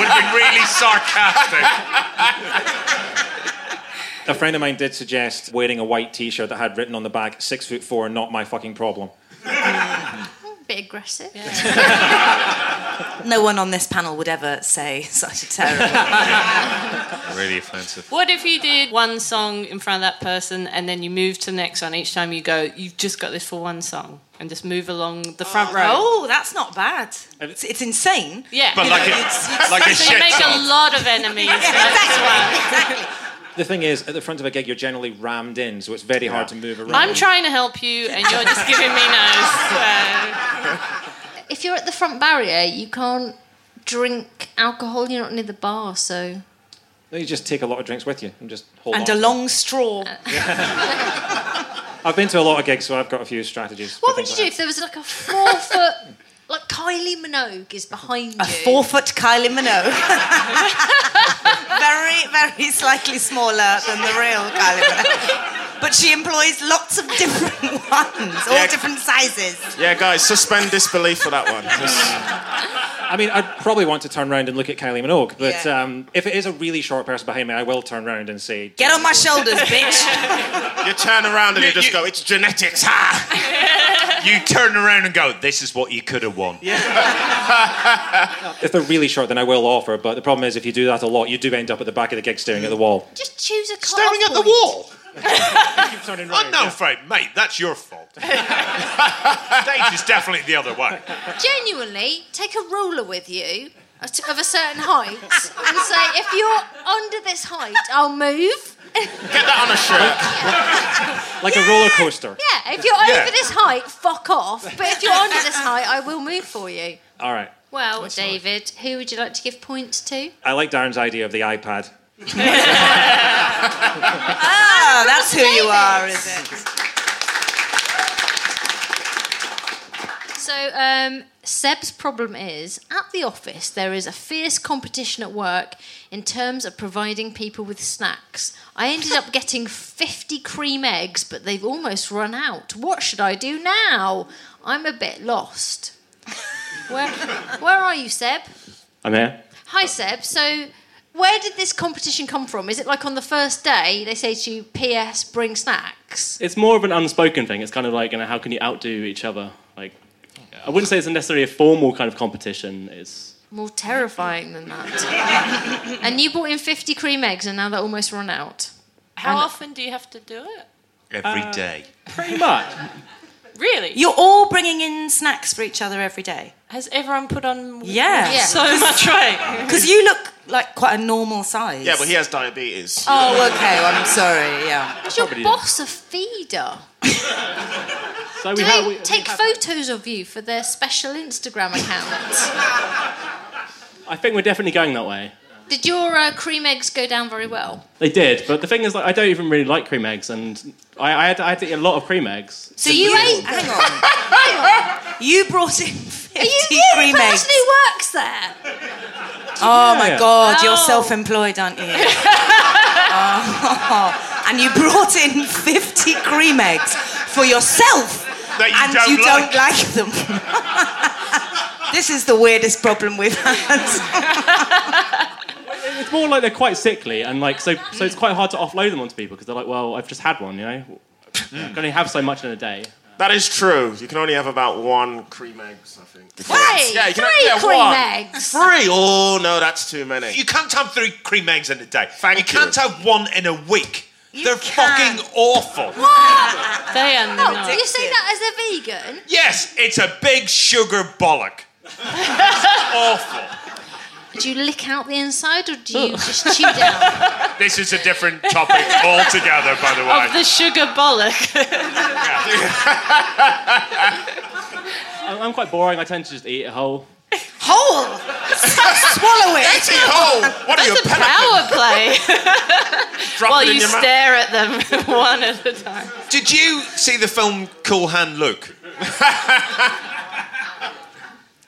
S3: would be really sarcastic.
S9: A friend of mine did suggest wearing a white T-shirt that had written on the back six foot four, not my fucking problem."
S1: A bit aggressive.
S6: No one on this panel would ever say [laughs] such a terrible.
S1: [laughs]
S3: Really offensive.
S4: [laughs] What if you did one song in front of that person and then you move to the next one? Each time you go, you've just got this for one song and just move along the front row.
S6: oh, that's not bad. It's, it's insane.
S4: Yeah.
S3: But like a,
S9: [laughs]
S3: like a
S4: so you
S3: shit
S4: make a
S3: song.
S4: lot of enemies.
S9: The thing is, at the front of a gig, you're generally rammed in, so it's very hard to move around.
S4: I'm trying to help you and [laughs] you're
S3: [laughs]
S4: just giving me no's. So.
S1: If you're at the front barrier, you can't drink alcohol. You're not near the bar, so
S9: No, you just take a lot of drinks with you and just hold
S6: And
S9: on.
S6: a long straw.
S9: I've been to a lot of gigs, so I've got a few strategies. for
S1: what would
S9: things
S1: you do
S9: like
S1: if there was like a four foot, like Kylie Minogue is behind you?
S6: A four foot Kylie Minogue. [laughs] very, very slightly smaller than the real Kylie Minogue. But she employs lots of different [laughs] ones, all
S5: Yeah.
S6: different sizes.
S5: yeah, guys, suspend disbelief for that one. Just-
S9: that. [laughs] I mean, I'd probably want to turn around and look at Kylie Minogue, but
S6: Yeah.
S9: um, if it is a really short person behind me, I will turn around and say,
S6: Get on my shoulders, bitch.
S5: you turn around and you just
S3: you-
S5: go, it's
S6: [laughs]
S5: genetics, ha!
S3: You turn around and go, this is what you could have won.
S9: If they're really short, then I will offer. But the problem is, if you do that a lot, you do end up at the back of the gig staring at the wall.
S1: Just choose a cut
S3: Staring at the wall.
S9: Keep turning
S3: I'm
S9: round,
S3: Oh, no
S9: yeah.
S3: afraid, mate, that's your fault. Dave is definitely the other way.
S1: genuinely take a ruler with you at- of a certain height and say, if you're under this height, I'll move.
S5: Get that on a
S9: [laughs]
S5: shirt.
S9: Like a roller coaster.
S1: Yeah, if you're
S3: Yeah.
S1: over this height, fuck off. But if you're under this height, I will move for you.
S9: All right.
S1: Well, David, who would you like to give points to?
S9: I like Darren's idea of the iPad.
S6: Ah, that's who you are, is it?
S1: So So um, Seb's problem is at the office there is a fierce competition at work in terms of providing people with snacks. I ended up getting 50 cream eggs, but they've almost run out. What should I do now? I'm a bit lost. where, where are you, Seb?
S10: I'm here.
S1: Hi, Seb. So, where did this competition come from? Is it like on the first day they say to you, "P.S. Bring snacks"?
S10: It's more of an unspoken thing. It's kind of like, you know, how can you outdo each other? Like, I wouldn't say it's necessarily a formal kind of competition. It's
S1: More terrifying than that. [laughs] and you bought in fifty cream eggs, and now they're almost run out.
S4: How
S1: And-
S4: often do you have to do it?
S3: Every
S4: Uh,
S3: day.
S6: [laughs]
S10: pretty much.
S4: [laughs] Really?
S6: You're all bringing in snacks for each other every day.
S4: Has everyone put on
S6: Yeah.
S4: so much weight?
S6: Because you look like quite a normal size.
S5: Yeah, but he has diabetes.
S6: Oh, okay. well, I'm sorry. Yeah.
S1: Is your
S5: Probably didn't.
S1: boss a feeder?
S10: So
S1: Do they take photos of you for their special Instagram account?
S10: I think we're definitely going that way.
S1: did your uh, cream eggs go down very well?
S10: They did, but the thing is, like, I don't even really like cream eggs, and I, I, had to, I had to eat a lot of cream eggs.
S1: So you ate. Hang on. [laughs] Hang
S6: on. You brought in.
S1: Are you
S6: tea
S1: the
S6: cream
S1: person
S6: eggs.
S1: who works there?
S6: Oh my
S10: Yeah.
S6: God, you're
S1: Oh.
S6: self-employed, aren't you?
S4: [laughs]
S6: Oh. And you brought in 50 cream eggs for yourself,
S3: That you
S6: and
S3: don't
S6: you
S3: like.
S6: don't like them. [laughs] this is the weirdest problem we've had.
S10: It's more like they're quite sickly, and like so, so it's quite hard to offload them onto people because they're like, well, I've just had one, you know. I
S3: Hmm.
S10: can only have so much in a day.
S5: That is true. You can only have about one cream eggs, I think.
S1: Three,
S5: Yeah, you can
S1: three
S5: yeah,
S1: cream
S5: one.
S1: eggs.
S5: Three? Oh no, that's too many.
S3: You can't have three cream eggs in a day. you can't have one in a week. They're fucking awful.
S1: What?
S4: They are
S1: no,
S4: not.
S1: You say that as a vegan?
S3: Yes, it's a big sugar bollock.
S1: [laughs]
S3: awful.
S1: Do you lick out the inside or do
S4: Oh.
S1: you just chew down?
S3: This is a different [laughs] topic altogether, by the
S4: Of [laughs]
S3: way.
S4: the sugar bollock.
S10: I'm, I'm quite boring. I tend to just eat it whole.
S6: Whole. [laughs] Swallow it.
S5: That's a whole. What are you?
S4: It's a power play.
S3: Drop
S4: While
S3: it in
S4: you
S3: your mouth.
S4: stare at them [laughs] one at a [laughs] time.
S3: Did you see the film Cool Hand [laughs] Luke?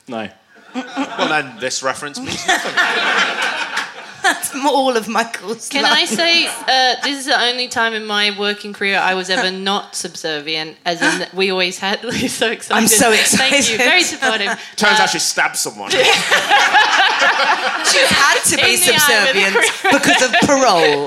S10: no.
S3: Well, then, this reference. please.
S6: [laughs] That's all of Michael's.
S4: Can I
S6: life.
S4: say uh, this is the only time in my working career I was ever not subservient, as in that we always had. [laughs] We're so excited.
S6: I'm so
S4: Thank you.
S6: excited.
S4: Very supportive. Uh,
S3: [laughs]
S5: Turns
S4: [laughs]
S5: out she stabbed someone.
S6: She had to be
S4: In the eye with a
S6: subservient because of parole.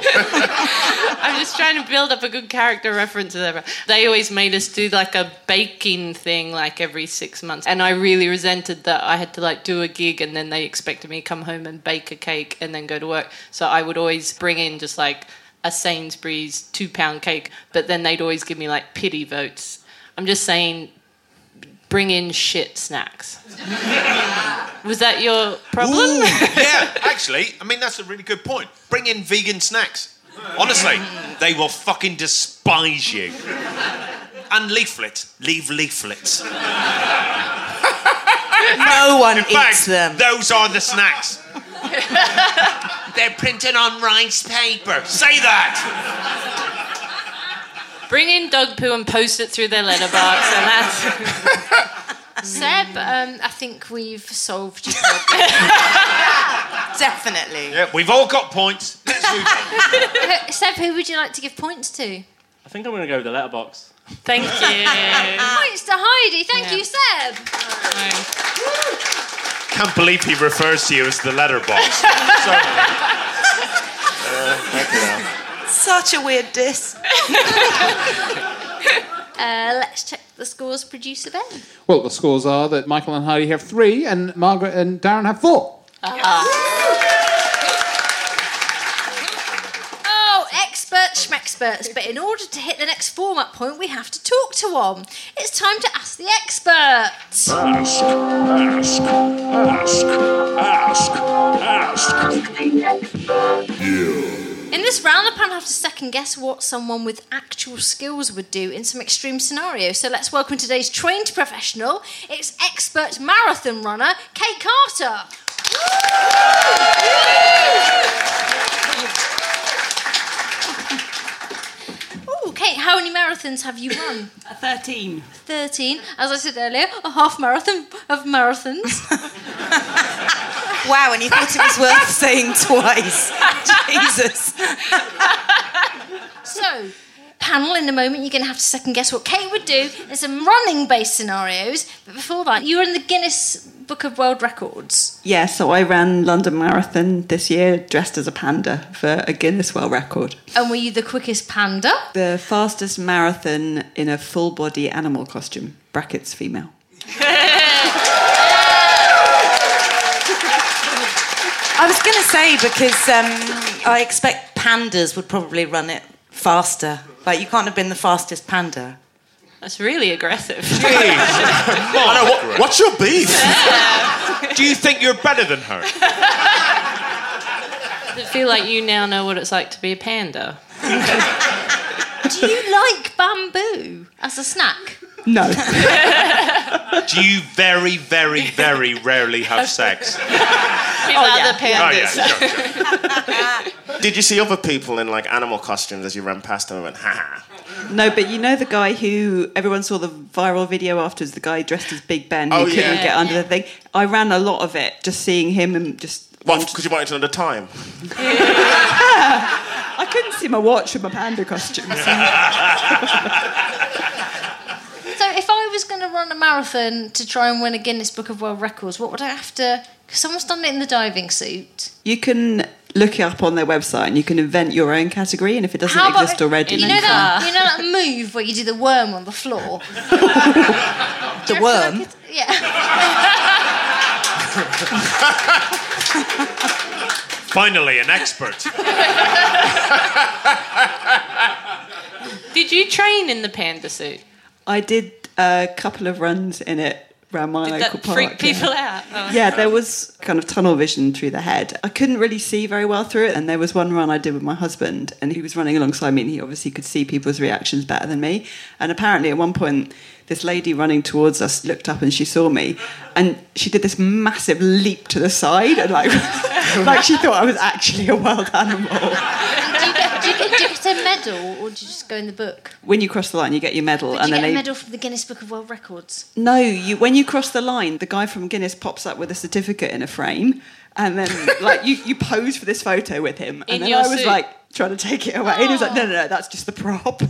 S4: [laughs] I'm just trying to build up a good character reference. or whatever. They always made us do like a baking thing like every six months. And I really resented that I had to like do a gig and then they expected me to come home and bake a cake and then go to work. So I would always bring in just like a Sainsbury's two pound cake, but then they'd always give me like pity votes. I'm just saying, bring in shit snacks. [laughs] Was that your problem?
S3: [laughs] yeah, actually, I mean, that's a really good point. Bring in vegan snacks. Honestly, they will fucking despise you. And leaflet. Leave leaflets.
S6: No one
S3: In
S6: eats
S3: fact,
S6: them.
S3: those are the snacks. They're printed on rice paper. Say that.
S4: Bring in dog poo and post it through their letterbox, and that's.
S1: Seb, um, I think we've solved your problem.
S4: [laughs]
S6: Definitely.
S3: Yeah, we've all got points. Let's move on.
S1: Who- Seb, who would you like to give points to?
S10: I think I'm gonna go with the letterbox.
S4: Thank you.
S1: [laughs] Points to Heidi. Thank
S4: Yeah.
S1: you, Seb.
S3: Can't believe he refers to you as the letterbox.
S6: [laughs] Such a weird diss.
S1: [laughs] Uh, let's check the scores, producer Ben.
S7: Well, the scores are that Michael and Heidi have three, and Margaret and Darren have four.
S1: Oh, experts, schmexperts. But in order to hit the next format point, we have to talk to one. It's time to ask the expert.
S2: Ask, ask, ask, ask, ask. You.
S1: In this round, the panel have to second guess what someone with actual skills would do in some extreme scenario. So let's welcome today's trained professional. It's expert marathon runner Kate Carter. Ooh, Kate Kate, how many marathons have you run?
S11: 13.
S1: 13. As I said earlier, a half marathon of marathons.
S6: Wow, and you thought it was worth saying twice. Jesus.
S1: So, panel, in a moment, you're going to have to second guess what Kate would do. There's some running based scenarios. But before that, you were in the Guinness Book of World Records.
S11: Yeah, so I ran London Marathon this year dressed as a panda for a Guinness World Record.
S1: And were you the quickest panda?
S11: The fastest marathon in a full body animal costume, brackets female.
S6: I was going to say because um, I expect pandas would probably run it faster. Like you can't have been the fastest panda.
S4: That's really aggressive.
S3: I
S5: know, what- what's your
S6: [laughs]
S5: beef?
S3: Do you think you're better than her?
S4: I feel like you now know what it's like to be a panda.
S1: Do
S11: [laughs]
S1: you like bamboo as a snack?
S11: No.
S3: Do you very, very, very rarely have
S1: [laughs]
S6: [laughs]
S3: sex?
S4: With other pandas.
S3: Oh, yeah,
S1: [laughs]
S5: Did you see other people in like animal costumes as you ran past them and went, ha ha?
S11: No, but you know the guy who everyone saw the viral video afterwards, the guy dressed as Big Ben who
S5: Oh,
S11: couldn't
S5: yeah.
S11: get under the thing. I ran a lot of it, just seeing him and just.
S5: Well, because you wanted to know the time.
S11: [laughs] I couldn't see my watch with my panda costume.
S5: [laughs]
S1: So, if I was going to run a marathon to try and win a Guinness Book of World Records, what would I have to? Because someone's done it in the diving suit.
S11: You can look it up on their website and you can invent your own category, and if it doesn't
S1: How about
S11: exist
S1: if-
S11: already,
S1: You know that you know that move where you do the worm on the
S11: [laughs]
S1: floor. the
S6: worm?
S3: Finally, an expert.
S4: Did you train in the panda suit?
S11: I did a couple of runs in it around my
S4: Did
S11: local
S4: that
S11: park.
S4: freak people
S11: yeah.
S4: out? Oh.
S11: Yeah, there was kind of tunnel vision through the head. I couldn't really see very well through it, and there was one run I did with my husband, and he was running alongside me, and he obviously could see people's reactions better than me. And apparently, at one point, this lady running towards us looked up and she saw me, and she did this massive leap to the side, and like, [laughs] like she thought I was actually a wild animal.
S1: do, you get, do, you get, do you get a medal or do you just go in the book?
S11: When you cross the line, you get your medal,
S1: But do
S11: and
S1: you
S11: then
S1: get a
S11: they
S1: medal from the Guinness Book of World Records?
S11: No, you when you cross the line, the guy from Guinness pops up with a certificate in a frame, and [laughs] then like you, you pose for this photo with him, and
S4: In
S11: then
S4: your
S11: I was
S4: suit.
S11: like trying to take it away, and he was like, no, no, no, that's just the prop.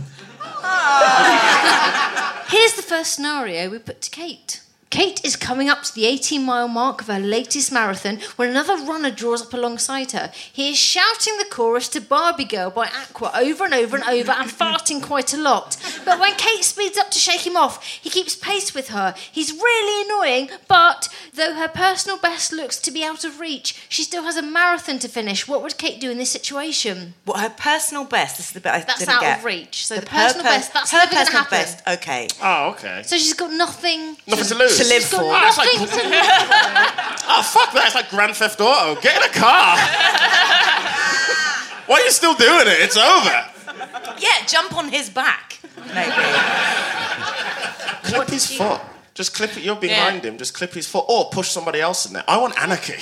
S1: Here's the first scenario we put to Kate. Kate is coming up to the 18 mile mark of her latest marathon when another runner draws up alongside her. He is shouting the chorus to Barbie Girl by Aqua over and over and over
S11: [laughs]
S1: and farting quite a lot. But when Kate speeds up to shake him off, he keeps pace with her. He's really annoying, but though her personal best looks to be out of reach, she still has a marathon to finish. What would Kate do in this situation?
S6: What her personal best? This is the bit I
S1: That's
S6: didn't
S1: out
S6: get.
S1: of reach. So the
S6: Her
S1: personal
S6: per-
S1: best, that's
S6: her
S1: never gonna
S6: personal
S1: happen.
S6: best. Okay.
S5: Oh, okay.
S1: So she's got nothing,
S5: Nothing to lose.
S6: To live
S5: She's
S6: for.
S5: got Ah, it's like-
S1: nothing to live for.
S5: Oh, fuck that. It's like Grand Theft Auto. Get in a car. [laughs] Why are you still doing it? It's over.
S6: Yeah, jump on his back.
S5: Clip his foot. Just clip it. You're behind him. Just clip his foot. Or push somebody else in there. I want anarchy.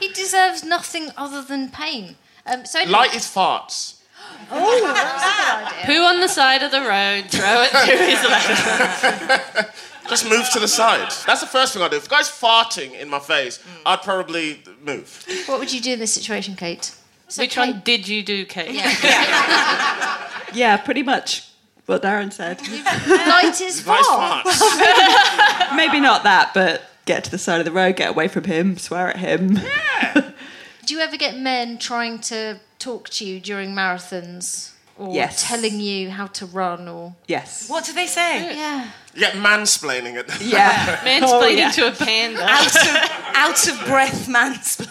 S1: He deserves nothing other than pain. Um, [laughs] so anyway-
S5: Light his farts.
S1: Oh, that's a good idea.
S4: Poo on the side of the road, throw it through his leg.
S5: Just move to the side. That's the first thing I do. If a guy's farting in my face, I'd probably move.
S1: What would you do in this situation, Kate?
S4: Which one did you do, Kate?
S11: [laughs]
S4: [laughs]
S11: yeah, pretty much what Darren said. [laughs]
S1: Light is far.
S11: Maybe not that, but get to the side of the road, get away from him, swear at him.
S1: Do you ever get men trying to talk to you during marathons, or
S11: Yes.
S1: telling you how to run, or
S11: Yes.
S6: What do they say?
S1: yeah?
S5: You get mansplaining it. [laughs]
S11: Yeah.
S4: Mansplaining
S11: Oh, yeah.
S4: to a panda.
S6: Out of, out of breath [laughs] mansplaining.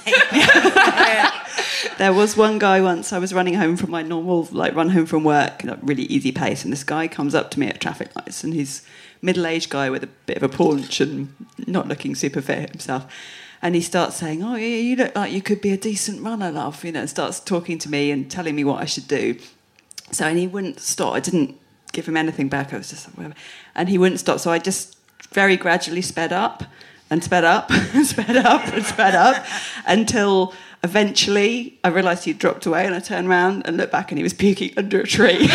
S11: There was one guy once I was running home from my normal like run home from work at a really easy pace and this guy comes up to me at traffic lights and he's a middle-aged guy with a bit of a paunch and not looking super fit himself and he starts saying oh yeah you look like you could be a decent runner love you know and starts talking to me and telling me what I should do so and he wouldn't stop. I didn't give him anything back. I was just like, whatever. And he wouldn't stop. So I just very [laughs] gradually sped up and sped up and sped up and sped up until Eventually, I realised he'd dropped away, and I turned around and looked back, and he was puking under a tree.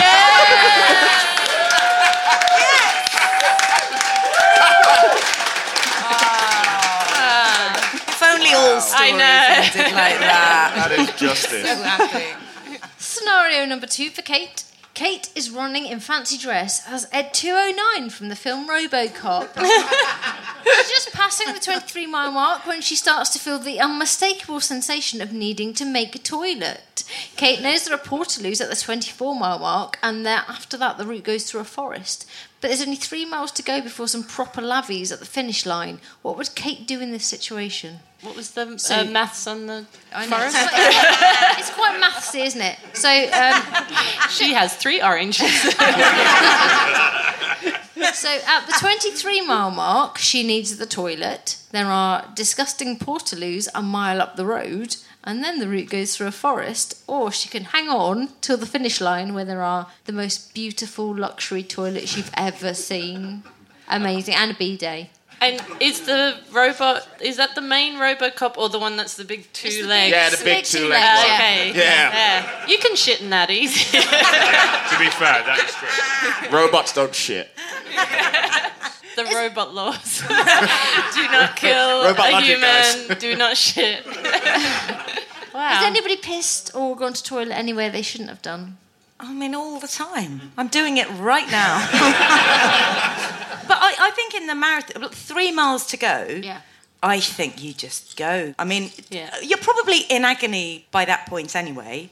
S6: If only all
S1: I
S6: stories
S1: know.
S6: ended like that.
S5: [laughs] That is justice.
S6: So happy.
S1: Scenario number two for Kate. Kate is running in fancy dress as Ed 209 from the film Robocop. She's just passing the 23 mile mark when she starts to feel the unmistakable sensation of needing to make a toilet. Kate knows there are portaloos at the 24 mile mark, and there, after that, the route goes through a forest. But there's only three miles to go before some proper lavies at the finish line. What would Kate do in this situation?
S4: What was the
S1: So-
S4: uh, maths on the
S1: I know, it's,
S4: forest?
S1: quite, it's quite mathsy, isn't it? So um,
S4: [laughs] she has three oranges.
S1: so at the 23 mile mark, she needs the toilet. There are disgusting portaloos a mile up the road, and then the route goes through a forest, or she can hang on till the finish line where there are the most beautiful luxury toilets you've ever seen. Amazing. And a B day.
S4: And is the robot? Is that the main RoboCop or the one that's the big two
S1: big-
S4: legs?
S5: Yeah, the big big two-legged two-legged one. one.
S4: Okay.
S5: Yeah.
S4: You can shit in that easy.
S5: To be fair, that is true. Robots don't shit.
S4: the robot laws. do not kill
S5: Robot
S4: a
S5: logic,
S4: human.
S5: guys.
S4: Do not shit.
S1: Has anybody pissed or gone to toilet anywhere they shouldn't have done?
S6: I mean, all the time. I'm doing it right now. but I, I think in the marathon, look, three miles to go. Yeah. I think you just go. I mean, you're probably in agony by that point anyway.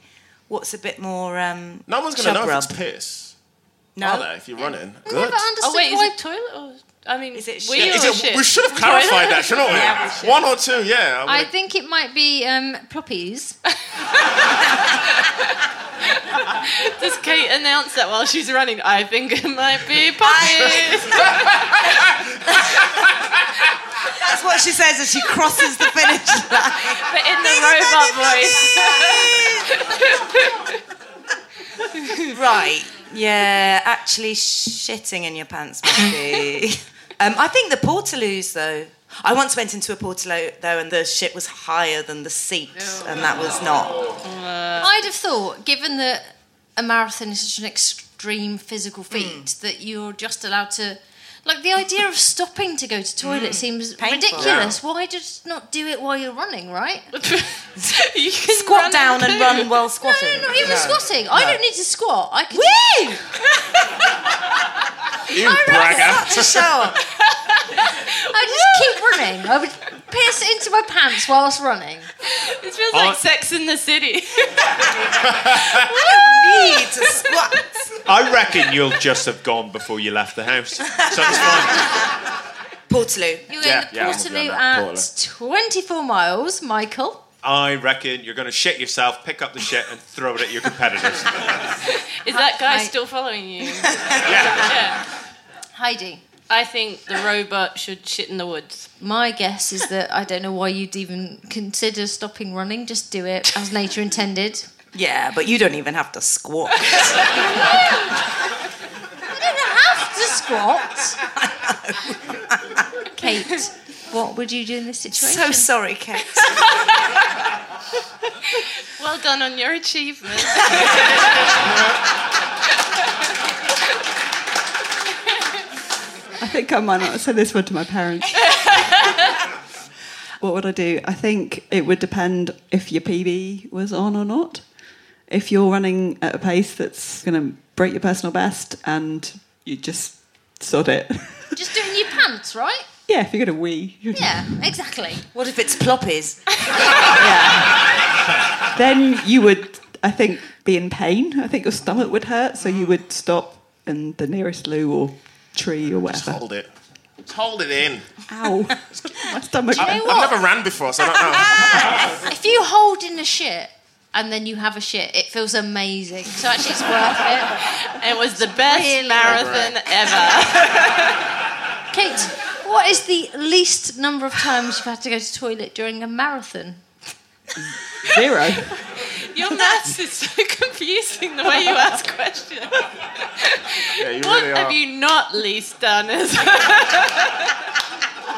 S6: What's a bit more? Um,
S5: No one's going to
S6: chub
S5: know
S6: rub?
S5: if it's piss.
S6: No.
S5: Are they, if you're running?
S6: I
S5: Good.
S4: Oh wait, is it toilet or? I mean, is it
S5: Yeah,
S4: wee
S5: is
S4: or
S5: it-
S4: shit?
S5: We should have clarified that, shouldn't we?
S4: Yeah, we should.
S5: One or two, yeah.
S1: I think it might be um,
S4: [laughs]
S1: ploppies.
S4: Does Kate announce that while she's running? I think it might be puppies.
S6: That's what she says as she crosses the finish line.
S4: but in the robot voice.
S6: right. Yeah, actually, shitting in your pants might be. um, I think the portaloos, though. I once went into a portalo though, and the shit was higher than the seat,
S4: Oh.
S6: and that was not.
S4: Uh,
S1: I'd have thought, given that a marathon is such an extreme physical feat,
S4: Hmm.
S1: that you're just allowed to. Like the idea of stopping to go to
S4: Hmm.
S1: toilet seems ridiculous. Why just not do it while you're running, right?
S4: [laughs] you can
S6: squat down and run while squatting.
S1: No, not even
S6: No.
S1: squatting. I
S6: No.
S1: don't need to squat. I can.
S6: Woo!
S5: You
S6: Such a shower.
S1: I just keep running. I would piss into my pants whilst running.
S4: [laughs] It feels
S5: like I-
S4: Sex in the
S1: [laughs]
S4: City.
S6: I need to squat.
S3: I reckon you'll just have gone before you left the house. So it's fine.
S6: Portaloo.
S1: You're
S3: Yeah,
S1: in the
S3: yeah, I'm with you on
S1: Portaloo
S3: that.
S1: at 24 miles, Michael.
S3: I reckon you're going to shit yourself, pick up the shit, and throw it at your competitors.
S4: Is that guy still following you? yeah.
S1: Heidi.
S4: I think the robot should shit in the woods.
S1: My guess is that I don't know why you'd even consider stopping running. Just do it as nature intended.
S6: Yeah, but you don't even have to [laughs] squat.
S1: Squat. Kate, what would you do in this situation?
S6: So sorry, Kate.
S4: Well done on your achievement.
S11: [laughs] I think I might not have said this one to my parents. what would I do? I think it would depend if your PB was on or not. If you're running at a pace that's going to break your personal best and you just sod it. [laughs]
S1: Just doing your pants, right?
S11: yeah, if you're going to wee, you-
S1: Yeah, exactly.
S6: What if it's ploppies?
S11: then you would, I think, be in pain. I think your stomach would hurt, so
S5: Mm.
S11: you would stop in the nearest loo or tree or
S5: Just
S11: whatever.
S5: hold it. Just hold it in. [laughs]
S11: Ow. My stomach.
S1: Do you know
S5: I've
S1: what?
S5: never ran before, so I don't know.
S4: [laughs]
S1: If you hold in a shit and then you have a shit, it feels amazing. So actually, it's worth
S4: it. It was the best marathon ever.
S1: [laughs] Kate, what is the least number of times you've had to go to toilet during a marathon? [laughs]
S11: Zero.
S4: [laughs] Your maths is so confusing the way you ask questions.
S5: Yeah, you
S4: what
S5: really
S4: have
S5: are.
S4: you not least done? Is [laughs]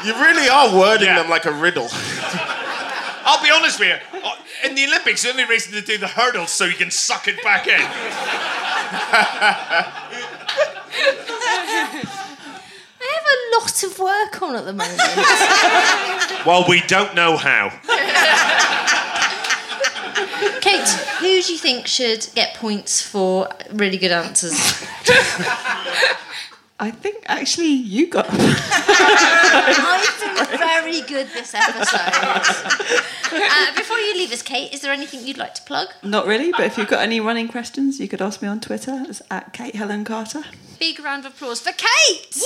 S5: You really are wording them like a riddle. [laughs]
S3: I'll be honest with you. I- in the Olympics, the only reason to do the hurdles so you can suck it back in. [laughs]
S1: I have a lot of work on at the moment.
S6: [laughs]
S3: Well, we don't know how.
S1: Kate, who do you think should get points for really good answers?
S11: [laughs] I think actually you got.
S1: [laughs] I've been very good this episode. Uh, before you leave us, Kate, is there anything you'd like to plug?
S11: Not really, but if you've got any running questions, you could ask me on Twitter. It's at Kate Helen Carter.
S1: Big round of applause for Kate!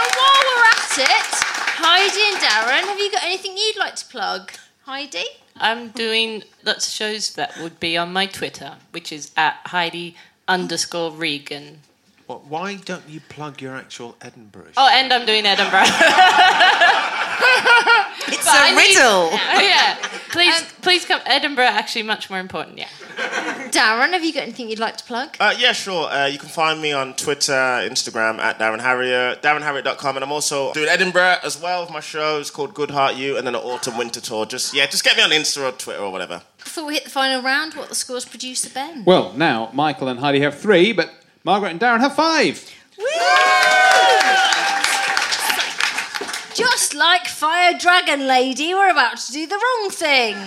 S1: And while we're at it, Heidi and Darren, have you got anything you'd like to plug? Heidi?
S4: I'm doing lots of shows that would be on my Twitter, which is at Heidi underscore Regan.
S3: Well, why don't you plug your actual Edinburgh?
S4: Oh, and I'm doing Edinburgh. it's
S6: a riddle.
S4: yeah, please, please come. Edinburgh actually much more important. Yeah.
S1: Darren, have you got anything you'd like to plug?
S5: Uh, yeah, sure. Uh, you can find me on Twitter, Instagram at Darren Harrier, DarrenHarrier.com, and I'm also doing Edinburgh as well. with My show is called Good Heart You, and then an autumn winter tour. Just yeah, just get me on Insta or Twitter or whatever.
S1: Before we hit the final round, what the scores producer Ben?
S7: Well, now Michael and Heidi have three, but Margaret and Darren have five.
S1: Just like Fire Dragon Lady, we're about to do the wrong thing.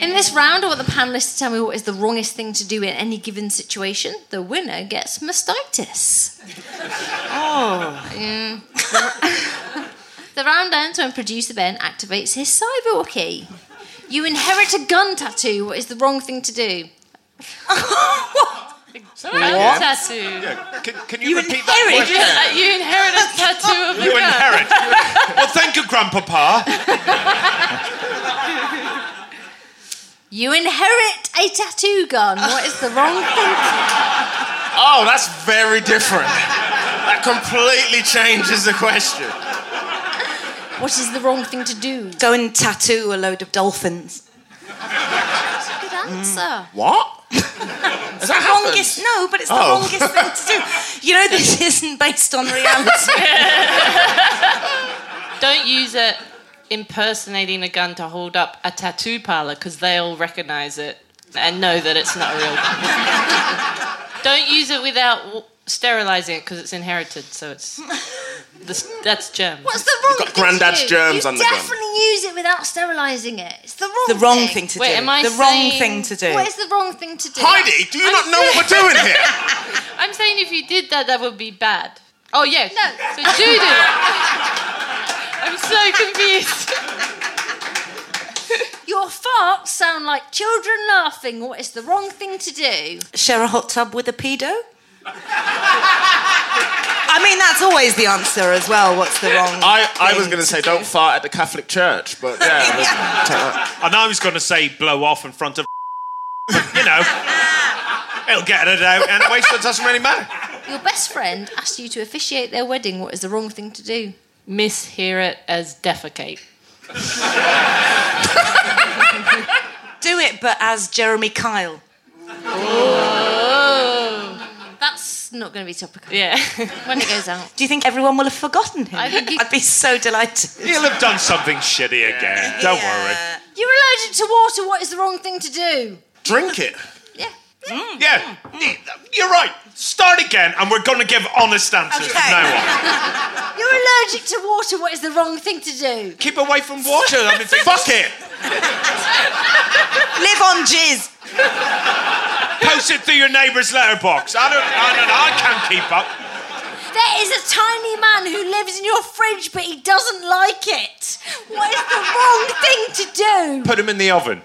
S1: In this round, I want the panelists to tell me what is the wrongest thing to do in any given situation. The winner gets mastitis.
S11: Oh.
S1: Mm. [laughs] the round ends when producer Ben activates his cyborg key. You inherit a gun tattoo. What is the wrong thing to do?
S4: What? Tattoo.
S3: can, can
S4: you,
S3: repeat that
S4: uh,
S3: inherit- question?
S6: [laughs]
S4: You, inherit a tattoo of a gun. [laughs]
S3: You inherit. well, thank you, Grandpapa.
S1: You inherit a tattoo gun. What is the [laughs] wrong thing?
S5: Oh, that's very different. [laughs] That completely changes the question.
S1: What is the wrong thing to do?
S6: Go and tattoo a load of dolphins. Mm.
S1: That's a good answer.
S5: What?
S6: It's the longest. No, but it's the
S5: Oh. [laughs]
S6: longest thing to do. You know, this isn't based on
S5: [laughs]
S6: reality.
S4: Don't use it impersonating a gun to hold up a tattoo parlor because they'll recognize it and know that it's not a real gun. Don't use it without w- sterilizing it because it's inherited, so it's this, that's germ.
S1: What's the wrong
S5: got
S1: thing to
S5: grandad's
S1: do?
S5: germs
S1: you
S5: on the gun.
S1: definitely use it without sterilising it. It's the wrong
S6: the wrong thing to
S4: Wait,
S6: do.
S4: am I
S6: the wrong
S4: saying-
S6: thing to do.
S1: What is the wrong thing to do?
S5: Heidi, do you not know what
S1: [laughs]
S5: we're doing
S4: [laughs]
S5: here?
S4: I'm saying if you did that, that would be bad. Oh yes. No. So
S6: [laughs]
S4: do do it. I'm so confused.
S1: [laughs] Your farts sound like children laughing. What is the wrong thing to do?
S6: Share a hot tub with a pedo? I mean, that's always the answer as well. What's the wrong?
S5: I, I was
S6: thing
S5: going to say don't fart at the Catholic Church, but yeah. let's take that.
S3: And I was going to say blow off in front of. but, you know. It'll get it out anyway, so it doesn't really matter.
S1: Your best friend asked you to officiate their wedding. What is the wrong thing to do?
S4: Mishear it as defecate.
S6: Do it, but as Jeremy Kyle.
S1: That's not going to be topical
S4: Yeah.
S1: when it goes out.
S6: Do you think everyone will have forgotten him? I
S1: think you-
S6: would be so
S1: [laughs]
S6: delighted.
S3: He'll have done something shitty again. Don't
S6: Yeah.
S1: [laughs] You're allergic to water. What is the wrong thing to do?
S5: Drink it.
S1: Yeah.
S3: worry. Yeah, you're right. Start again, and we're going to give honest answers
S6: Okay.
S3: from now on.
S1: You're allergic to water. What is the wrong thing to do?
S3: Keep away from water. I [laughs] mean, fuck it.
S6: Live on jizz.
S3: Post it through your neighbour's letterbox. I don't. I don't. I can't keep up.
S1: There is a tiny man who lives in your fridge, but he doesn't like it. What is the
S3: [laughs]
S1: wrong thing to do?
S3: Put him in the oven.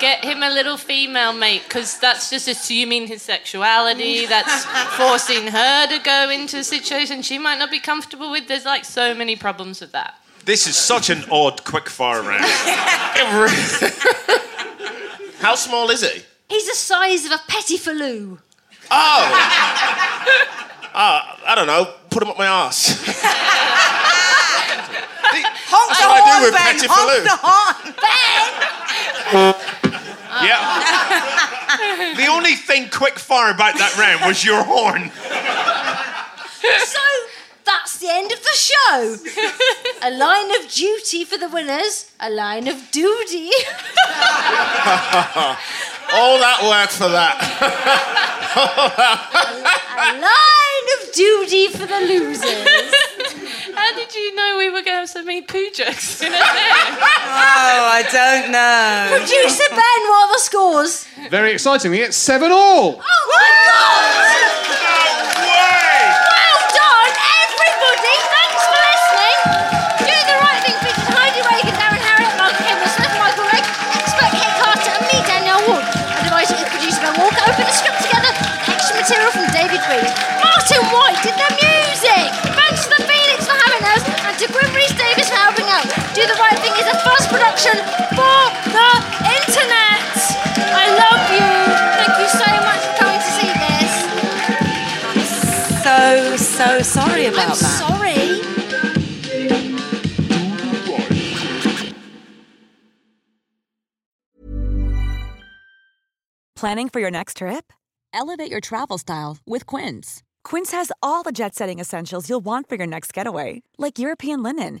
S4: Get him a little female mate because that's just assuming his sexuality. That's forcing her to go into a situation she might not be comfortable with. There's like so many problems with that.
S3: This is such an odd quickfire
S1: [laughs]
S3: round.
S5: How small is he?
S1: He's the size of a pettifaloo.
S5: Oh. Uh, I don't know. Put him up my ass.
S6: Honk
S5: That's
S6: the
S5: what I do
S6: horn, Ben. Honk
S5: with Petit Falou.
S6: the horn.
S1: Ben!
S3: yeah. The the only thing quick fire about that round was your horn.
S1: so that's the end of the show. a line of duty for the winners, a line of duty.
S5: [laughs]
S1: [laughs]
S5: All that work for that.
S1: a line of duty for the losers.
S4: [laughs] How did you know we were going to have so many poo jokes in a day?
S6: Oh, I don't
S1: [laughs]
S6: know.
S1: Producer Ben, what are the scores?
S7: Very excitingly, it's seven all.
S1: Oh my god! Well done, everybody! Thanks for listening. Do the right thing featured Heidi Reagan, Darren Harriott, Mark Campbell, Smith, Michael Rake, expert Kate Carter, and me, Danielle Wood. I devised it with producer Ben Walker, open the script together, extra material from David Reed. Martin White did the music. Thanks to the Phoenix for having us, and to Grim Reese Davis for helping out. Do the right thing is a first production for the internet. I love you. Thank you so much for coming to see this.
S6: So, so sorry about
S1: I'm
S6: that.
S1: sorry.
S12: Planning for your next trip? Elevate your travel style with Quince. Quince has all the jet setting essentials you'll want for your next getaway, like European linen,